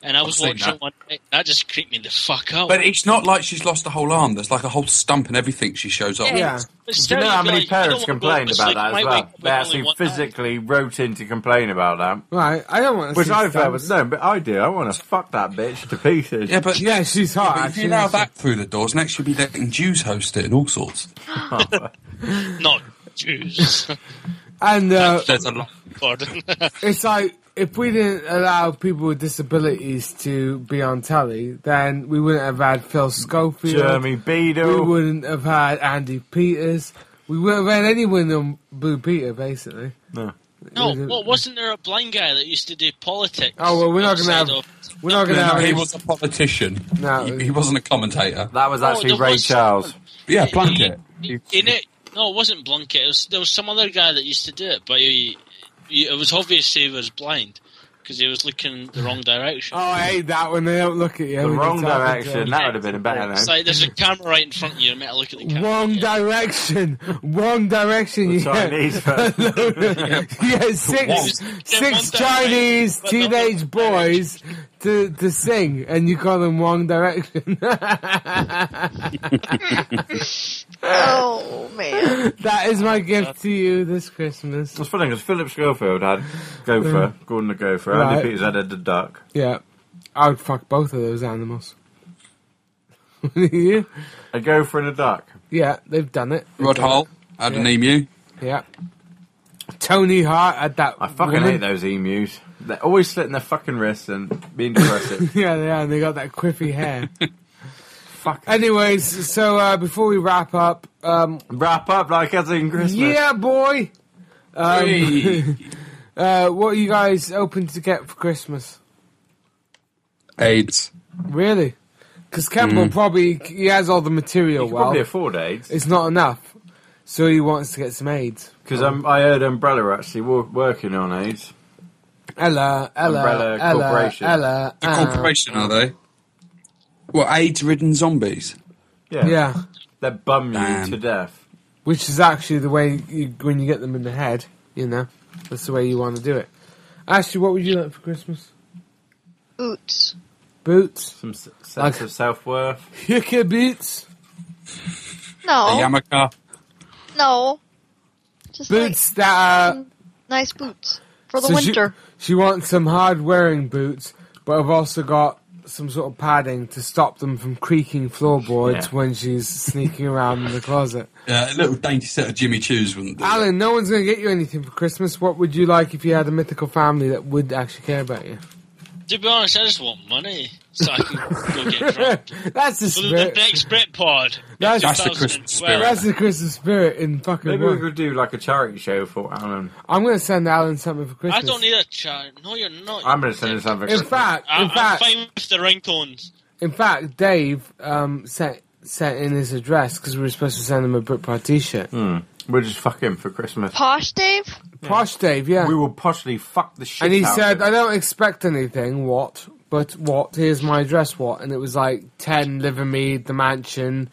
H: And I was
F: seen
H: watching
F: that.
H: one night. That just creeped me the fuck out.
F: But it's not like she's lost a whole arm. There's like a whole stump and everything she shows off.
H: Yeah.
D: Do you know how many parents complained about that as well? They actually
H: one
D: physically wrote in to complain about that.
B: right. I don't want to.
D: Which
B: see
D: I felt
B: stumps.
D: was no, but I do. I want to fuck that bitch to pieces.
F: Yeah, but
B: yeah, she's hot.
F: But if
B: actually,
F: you allow
B: isn't she?
F: that through the doors, next you'll be letting Jews host it and all sorts.
H: Not Jews.
B: and uh,
F: There's a lot.
H: Pardon.
B: it's like if we didn't allow people with disabilities to be on telly, then we wouldn't have had Phil Schofield,
D: Jeremy Beadle.
B: we wouldn't have had Andy Peters, we wouldn't have had anyone on Blue Peter, basically.
D: No.
H: No, what wasn't there a blind guy that used to do politics?
B: Oh well, we're not gonna have.
H: outside of-
B: We're not gonna
F: No,
B: have.
F: he
B: any-
F: was a politician.
B: No.
F: he, he wasn't a commentator.
D: That was
H: Oh,
D: actually
H: there
D: Ray
H: was-
D: Charles.
F: Yeah, Plunkett.
H: In it, no, it wasn't Blunkett. It was, there was some other guy that used to do it, but he, he, it was obvious he was blind because he was looking the wrong direction.
B: Oh, I hate that when they don't look at you.
D: The
B: when you're talking
D: wrong
B: to
D: direction.
B: them.
D: That would have been a better
H: It's
D: name.
H: like there's a camera right in front of you. and You better look at the camera.
B: Wrong direction. Wrong direction. You get,
D: Chinese person.
B: you get six
H: Wrong.
B: six
H: Yeah, wrong
B: Chinese
H: direction.
B: teenage boys to to sing, and you call them wrong direction.
C: Oh man.
B: that is my gift to you this Christmas.
D: It's funny because Philip Schofield had Gopher, Gordon the Gopher,
B: Right.
D: Andy Peters had the Duck.
B: Yeah, I would fuck both of those animals. yeah,
D: A Gopher and a Duck.
B: yeah, they've done it. They've
F: Rod
B: done it.
F: Hull had an emu.
B: Yeah. Tony Hart had that.
D: I fucking
B: woman.
D: hate those emus. They're always slitting their fucking wrists and being depressive.
B: Yeah, they are, and they got that quiffy hair.
D: Fuck.
B: Anyways, so uh, before we wrap up, um,
D: Wrap up like as in Christmas.
B: yeah, boy, um,
F: Hey.
B: uh, what are you guys hoping to get for Christmas?
F: AIDS.
B: Really? Because Campbell probably he has all the material.
D: You Mm. could
B: well,
D: probably afford AIDS.
B: it's not enough, so he wants to get some AIDS.
D: Because um, I heard Umbrella are actually wo- working on AIDS.
B: Ella, Ella,
D: Umbrella
B: Ella,
D: Corporation.
B: Ella,
F: The
B: uh,
F: corporation, are they? Well, AIDS-ridden zombies.
D: Yeah.
B: yeah,
D: They bum you
F: Damn.
D: to death.
B: which is actually the way you, when you get them in the head, you know, that's the way you want to do it. Ashley, what would you like for Christmas?
C: Boots.
B: Boots.
D: Some s- sense
B: Like-
D: of self worth.
B: Yucca boots.
F: A
B: Oh.
C: No.
F: yarmulke.
C: No. Just
B: Boots that are.
C: Like, nice boots for the
B: so she-
C: winter.
B: She, wants some hard wearing boots, but I've also got some sort of padding to stop them from creaking floorboards
D: Yeah.
B: when she's sneaking around in the closet.
F: Yeah, a little dainty set of Jimmy Chews wouldn't do. it.
B: Alan, no one's going to get you anything for Christmas. What would you like if you had a mythical family that would actually care about you?
H: To be honest, I just want money so I can go get drunk.
B: That's the
H: So the
B: spirit.
H: next Britpod.
B: That's-
F: That's the Christmas spirit.
B: That's the Christmas spirit in fucking
D: Maybe we
B: one.
D: could do like a charity show for Alan.
B: I'm going to send Alan something for Christmas.
H: I don't need a child. No, you're not.
D: I'm going to send him something.
B: In fact,
H: I,
B: in fact,
H: I'm fine with the ringtones.
B: In fact,
H: Hmm.
B: Dave um, sent sent in his address because we were supposed to send him a Britpod T-shirt,
D: We'll just fuck him for Christmas.
C: Posh Dave?
B: Posh Dave, yeah.
D: We will poshly fuck the shit
B: and he
D: out of
B: said,
D: him.
B: I don't expect anything, what? But what? Here's my address, what? And it was like 10 Livermead, the mansion,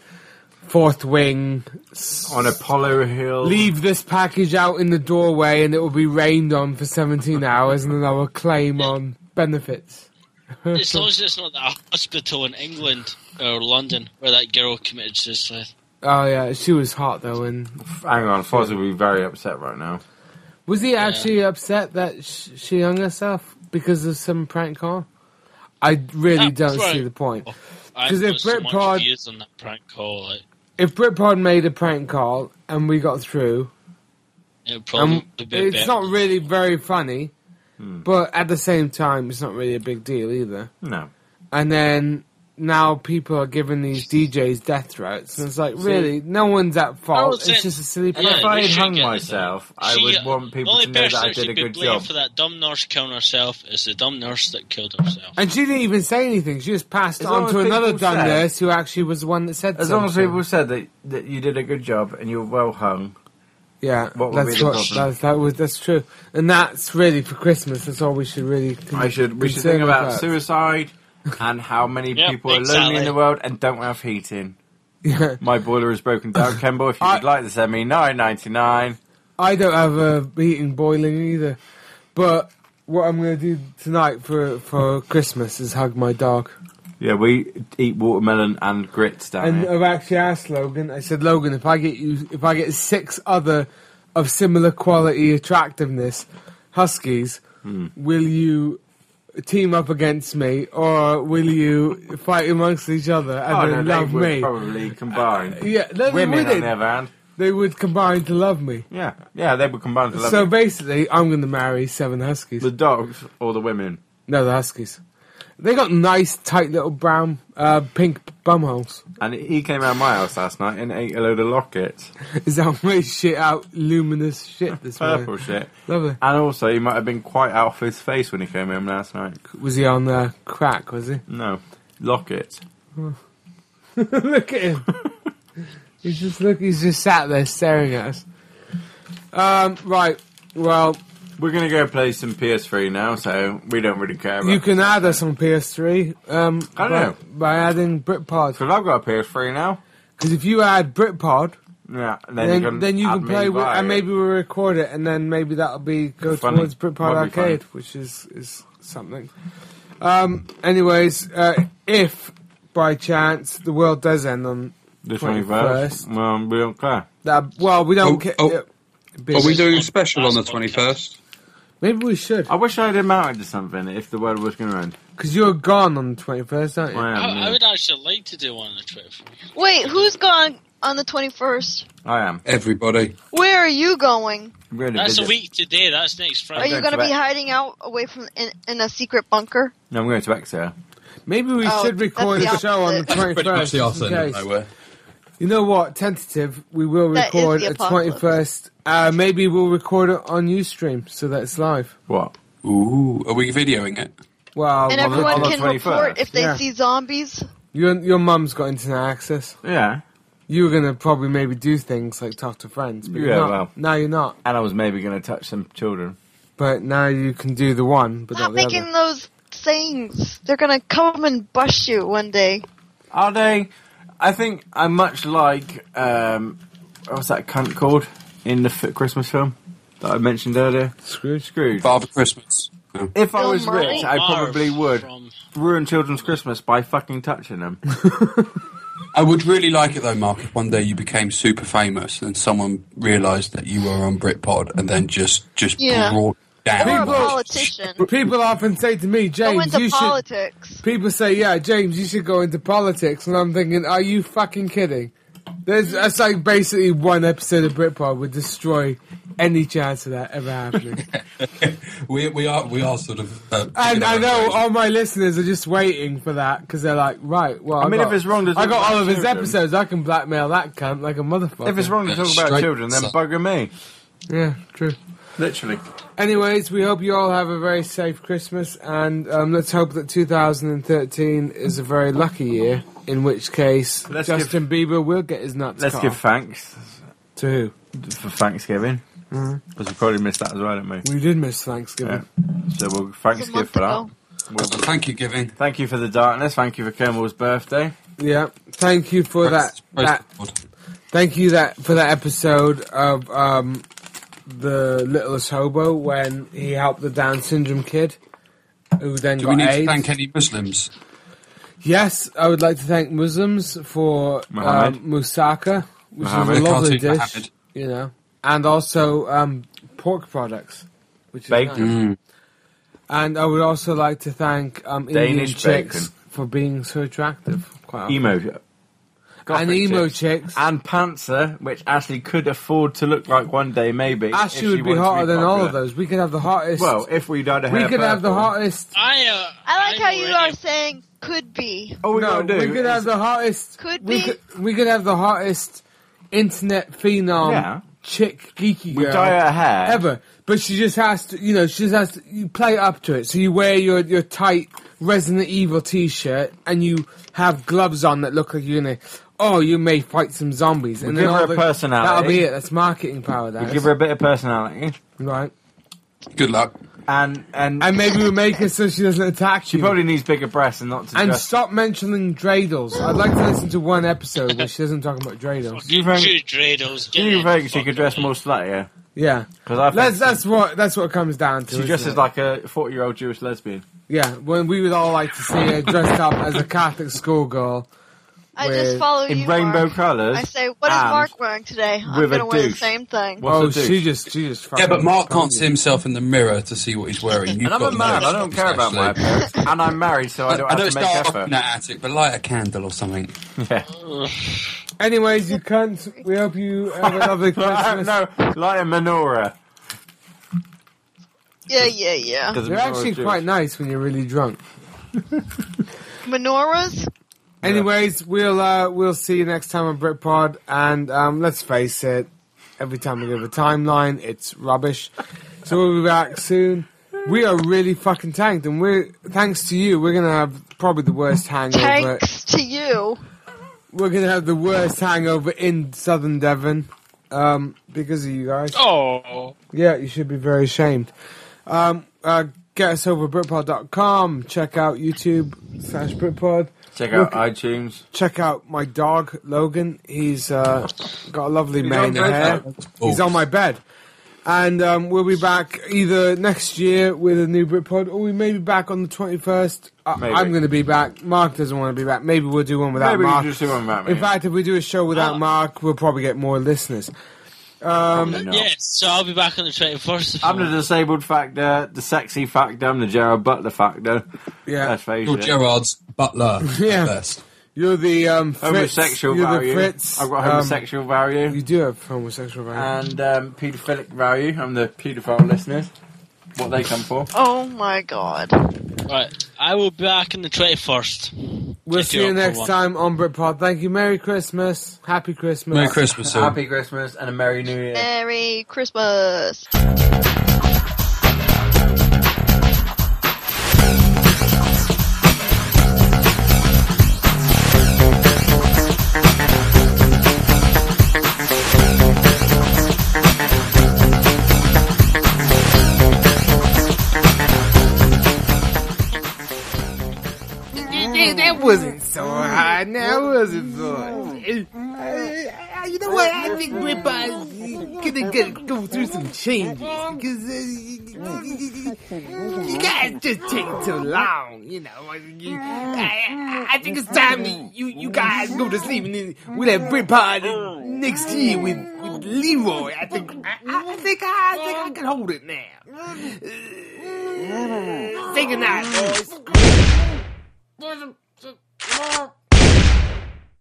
B: fourth wing.
D: On Apollo Hill.
B: Leave this package out in the doorway and it will be rained on for 17 hours and then I will claim on benefits.
H: as long as it's not that hospital in England or London where that girl committed suicide.
B: Oh, yeah, she was hot though. And
D: Hang on, Foz will be very upset right now.
B: was he actually upset that sh- she hung herself because of some prank call? I really
H: That was
B: don't see
H: right.
B: the point.
H: I
B: 'Cause if
H: put so much
B: Britpod-
H: views on that prank call. Like,
B: If Britpod made a prank call and we got through,
H: it would probably
B: Um,
H: be
B: it's
H: better.
B: not really very funny,
D: Hmm.
B: but at the same time, it's not really a big deal either.
D: No.
B: And then now people are giving these DJs death threats, and it's like,
D: See-
B: really, no one's at fault.
H: was
B: It's
H: it.
B: just a silly
H: Yeah,
B: prank.
D: if I
H: we
D: had
H: should
D: hung
H: get-
D: myself, I
H: She- uh,
D: would want
H: the
D: people
H: only
D: to know that
H: person
D: I did
H: should
D: a
H: be
D: good
H: blamed
D: job.
H: for that dumb nurse killing herself is the dumb nurse that killed herself.
B: And she didn't even say anything. She just passed it
D: As
B: on
D: long
B: to
D: as
B: another
D: people
B: dumb
D: said-
B: nurse who actually was the one that said
D: As
B: something.
D: long as people said that, that you did a good job and you're well hung.
B: Yeah,
D: What would be
B: that's
D: the
B: what,
D: problem?
B: that's, that was, that's true. And that's really for Christmas. That's all we should really con-
D: I should we should
B: concern
D: think about
B: about.
D: suicide and how many
H: Yep,
D: people are lonely
H: exactly.
D: in the world and don't have heating.
B: Yeah.
D: My boiler is broken down, Kembo. If you'd like to send me nine ninety nine,
B: I don't have a heating boiling either. But what I'm going to do tonight for for Christmas is hug my dog.
D: yeah, we eat watermelon and grits down
B: And uh,
D: here.
B: I've actually asked Logan. I said, Logan, if I get you, if I get six other of similar quality attractiveness huskies,
D: Hmm.
B: will you? Team up against me, or will you fight amongst each other and
D: Oh, no,
B: then
D: they
B: love
D: would
B: me? Uh,
D: probably combine.
B: Yeah, no, they
D: women on
B: wouldn't.
D: the other hand.
B: They would combine to love me.
D: Yeah, yeah, they would combine to love
B: so
D: me.
B: basically, I'm going to marry seven huskies.
D: the dogs or the women.
B: No, the Huskies. They got nice, tight little brown, uh, pink bum holes.
D: And he came out of my house last night and ate a load of lockets,
B: Is that way shit out luminous shit this
D: purple
B: morning?
D: shit.
B: Lovely.
D: And also, he might have been quite out of his face when he came home last night.
B: Was he on uh, crack? Was he?
D: No, lockets.
B: look at him. he's just look. He's just sat there staring at us. Um, right. Well,
D: We're gonna go play some PS3 now, so we don't really care. About
B: you can add us on PS3. Um, by,
D: I know.
B: by adding Britpod.
D: because I've got a PS3 now.
B: Because if you add Britpod,
D: Yeah, and then,
B: then
D: you can,
B: then you
D: add
B: can
D: me
B: play with,
D: via
B: and
D: it.
B: maybe we'll record it, and then maybe that'll be go
D: Funny.
B: towards Britpod
D: Might be
B: Arcade, which is is something. Um, anyways, uh, if by chance the world does end on
D: the
B: 21st.
D: 21st. Well, we don't care.
B: that, well, we don't.
F: Oh,
B: ca-
F: oh.
B: yeah,
F: Are we
B: business.
F: doing special on the 21st?
B: Maybe we should,
D: I wish I'd amounted to something if the world was gonna end.
B: because you're gone on the twenty first, aren't you?
D: I am.
H: I, I
D: yeah.
H: would actually like to do one on the 12th.
C: Wait, who's gone on the 21st?
D: I am.
F: Everybody.
C: Where are you going?
D: I'm going to
H: That's a
D: visit.
H: week today. That's next
C: Are
H: Friday.
C: you
D: going
C: going to
D: to
C: be
D: bed.
C: hiding out away from in, in a secret bunker?
D: No, I'm going to Exeter.
B: Maybe we
C: Oh,
B: should
C: that's
B: record
C: the
B: a show on the
C: opposite.
B: twenty
F: Pretty much
B: first.
F: the arse end of nowhere.
B: You know what? Tentative, we will
C: That is the
B: record a
C: apocalypse.
B: twenty first. Uh, maybe we'll record it on Ustream so that it's live.
D: What?
F: Ooh, are we videoing it?
B: Well,
C: and
B: Oh, well,
C: everyone
D: on the
C: can
D: 21st,
C: report if they
B: yeah.
C: see zombies.
B: Your your mum's got internet access.
D: Yeah.
B: You were gonna probably maybe do things like talk to friends, but you're
D: Yeah,
B: not.
D: well.
B: now you're not.
D: And I was maybe going to touch some children.
B: But now you can do the one, but
C: Stop
B: not the
C: making
B: other.
C: those things. They're going to come and bust you one day.
D: Are they? I think I'm much like um, what's that cunt called in the f- Christmas film that I mentioned earlier?
B: Scrooge.
D: Scrooge.
F: Father Christmas. No.
D: If I
C: Bill
D: was
C: Murray?
D: rich, I probably
H: Marv
D: would
H: From,
D: ruin children's Christmas by fucking touching them.
F: I would really like it though, Mark, if one day you became super famous and someone realised that you were on Britpod and then just just
C: Yeah.
F: brought
C: Or
F: down.
C: a
B: People-
C: politician.
B: People often say to me,
C: Go
B: James,
C: into
B: you should.
C: politics.
B: People say, yeah, James, you should go into politics, and I'm thinking, are you fucking kidding? There's that's like basically one episode of Britpop would destroy any chance of that ever happening.
F: we, we are we are sort of. Uh,
B: and I know
F: I'm
B: all my listeners are just waiting for that because they're like, right, well, I,
D: mean,
B: got,
D: if it's wrong to
B: I
D: talk
B: got all
D: about
B: of his
D: children.
B: episodes. I can blackmail that cunt like a motherfucker.
D: if it's wrong to talk about
F: Straight
D: children, then
F: up.
D: bugger me.
B: yeah, true.
D: Literally.
B: Anyways, we hope you all have a very safe Christmas, and um, let's hope that 2013 is a very lucky year. In which case,
D: Let's
B: Justin Bieber will get his nuts.
D: Let's
B: cut
D: give
B: off.
D: thanks.
B: to who?
D: for Thanksgiving because
B: Mhm.
D: we probably missed that as well, didn't we?
B: We did miss Thanksgiving.
D: Yeah. So we'll thanks give for that. We'll,
F: thank you, giving.
D: Thank you for the darkness. Thank you for Kermal's birthday.
B: Yeah, thank you for that. that thank you that for that episode of um, the Littlest Hobo when he helped the Down syndrome kid, who then
F: Do
B: got
F: we need to
B: AIDS.
F: thank any Muslims?
B: yes, I would like to thank Muslims for um,
F: Mohammed.
B: musaka, which
F: Mohammed.
B: is a lovely
F: Can't say
B: dish,
F: Mohammed.
B: you know, and also um, pork products, which
D: Bacon.
B: is nice. And I would also like to thank um, Indian
D: Danish
B: chicks
D: bacon.
B: for being so attractive. Quite often.
D: Emo.
B: and emo chicks.
D: And Panzer, which Ashley could afford to look like one day, maybe. if
B: Ashley
D: she
B: would be
D: wanted to
B: hotter than all
D: popular.
B: of those. We could have the hottest.
D: Well, if we dyed her
B: we
D: hair
B: could have the
D: purple.
B: hottest.
H: I, uh,
C: I like how you are saying could be.
D: Oh, we
B: no,
D: gotta
B: we
D: do
B: could
D: is-
B: have the hottest.
C: Could
B: we
C: be.
B: Could, we could have the hottest internet phenom
D: Yeah.
B: chick geeky girl
D: We dye her hair.
B: ever. But she just has to, you know, she just has to. You play up to it. So you wear your your tight Resident Evil T-shirt and you have gloves on that look like you're gonna. Oh, you may fight some zombies.
D: We
B: and
D: give
B: then
D: her
B: all
D: a
B: the-
D: personality.
B: That'll be it. That's marketing power. That
D: We
B: is.
D: give her a bit of personality.
B: right.
F: Good luck.
D: And and
B: And maybe we make her so she doesn't attack
D: she
B: you.
D: probably needs bigger breasts and not to.
B: And
D: dress-
B: stop mentioning dreidels. I'd like to listen to one episode where she doesn't talk about dreidels.
D: do you think,
H: Two dreidels.
D: do you think she could dress more sluttier?
B: Yeah,
D: Because I think
B: that's that's what that's what it comes down to.
D: she
B: isn't
D: dresses
B: it?
D: like a forty-year-old Jewish lesbian.
B: yeah. When we would all like to see her dressed up as a Catholic schoolgirl.
C: I just
B: with-
C: follow
D: in
C: you,
D: rainbow
C: Mark.
D: colours
C: I say, what is
D: and
C: Mark wearing today? I'm
D: with a
C: gonna wear the
D: douche.
C: same thing.
D: What's
B: oh,
D: the dude?
B: she just she just.
F: Yeah,
B: fucking-
F: but Mark can't see himself in the mirror to see what he's wearing. You've
D: And I'm a
F: got
D: man.
F: no
D: I don't
F: excuse,
D: care about my
F: actually.
D: appearance, and I'm married, so I don't
F: I
D: have
F: know
D: to
F: it's
D: make
F: dark up
D: effort.
F: in that attic, but light a candle or something.
D: Yeah.
B: Anyways, you cunts. We hope you have another Christmas.
D: no, like a menorah.
C: Yeah, yeah, yeah.
D: Because
B: They're actually quite nice when you're really drunk.
C: Menorahs.
B: Anyways, we'll uh, we'll see you next time on Britpod, and um, let's face it, every time we give a timeline, it's rubbish. So we'll be back soon. We are really fucking tanked, and we're thanks to you, we're gonna have probably the worst hangover.
C: Thanks to you.
B: We're gonna have the worst hangover in Southern Devon um, because of you guys.
H: Oh.
B: Yeah, you should be very ashamed. Um, uh, get us over at britpod.com. Check out YouTube slash Britpod
D: Check out iTunes.
B: check out my dog Logan. He's uh, got a lovely
D: He's
B: mane
D: on your
B: hair. He's on my bed, and um, we'll be back either next year with a new Britpod, or we may be back on the twenty first.
D: Maybe.
B: I'm going to be back. Mark doesn't want to be back. Maybe we'll do one without
D: Maybe we
B: Mark.
D: just do one without me. Uh,
B: In fact, if we do a show without Mark, we'll probably get more listeners. Um,
D: No.
H: Yes, so I'll be back on the 21st.
D: I'm the disabled factor, the sexy factor, I'm the Gerald Butler factor.
B: yeah,
D: Let's face
F: You're
D: it.
F: Gerard's butler.
B: Yeah.
F: Best.
B: you're the um, Fritz.
D: homosexual
B: you're
D: value.
B: The Fritz.
D: I've got
B: Um,
D: homosexual value
B: you do have homosexual value.
D: and um, paedophilic value. I'm the paedophile listeners. What they come for?
C: Oh my god.
H: Right, I will be back on the 21st.
B: We'll
H: If
B: see
H: you're
B: you
H: up for
B: next
H: one.
B: time on Britpod. Thank you. Merry Christmas. Happy Christmas.
F: Merry Christmas, all.
D: Happy Christmas and a merry new year.
C: Merry Christmas.
A: That wasn't so hard. That wasn't so hard. Uh, you know what? I think we're gonna get, go through some changes because uh, you guys just take too long. You know, I, I, I think it's time that you you guys go to sleep and then we'll have Brit Pod next year with, with Leroy. I think I, I think I, I think I can hold it now. Uh, say goodnight, boys.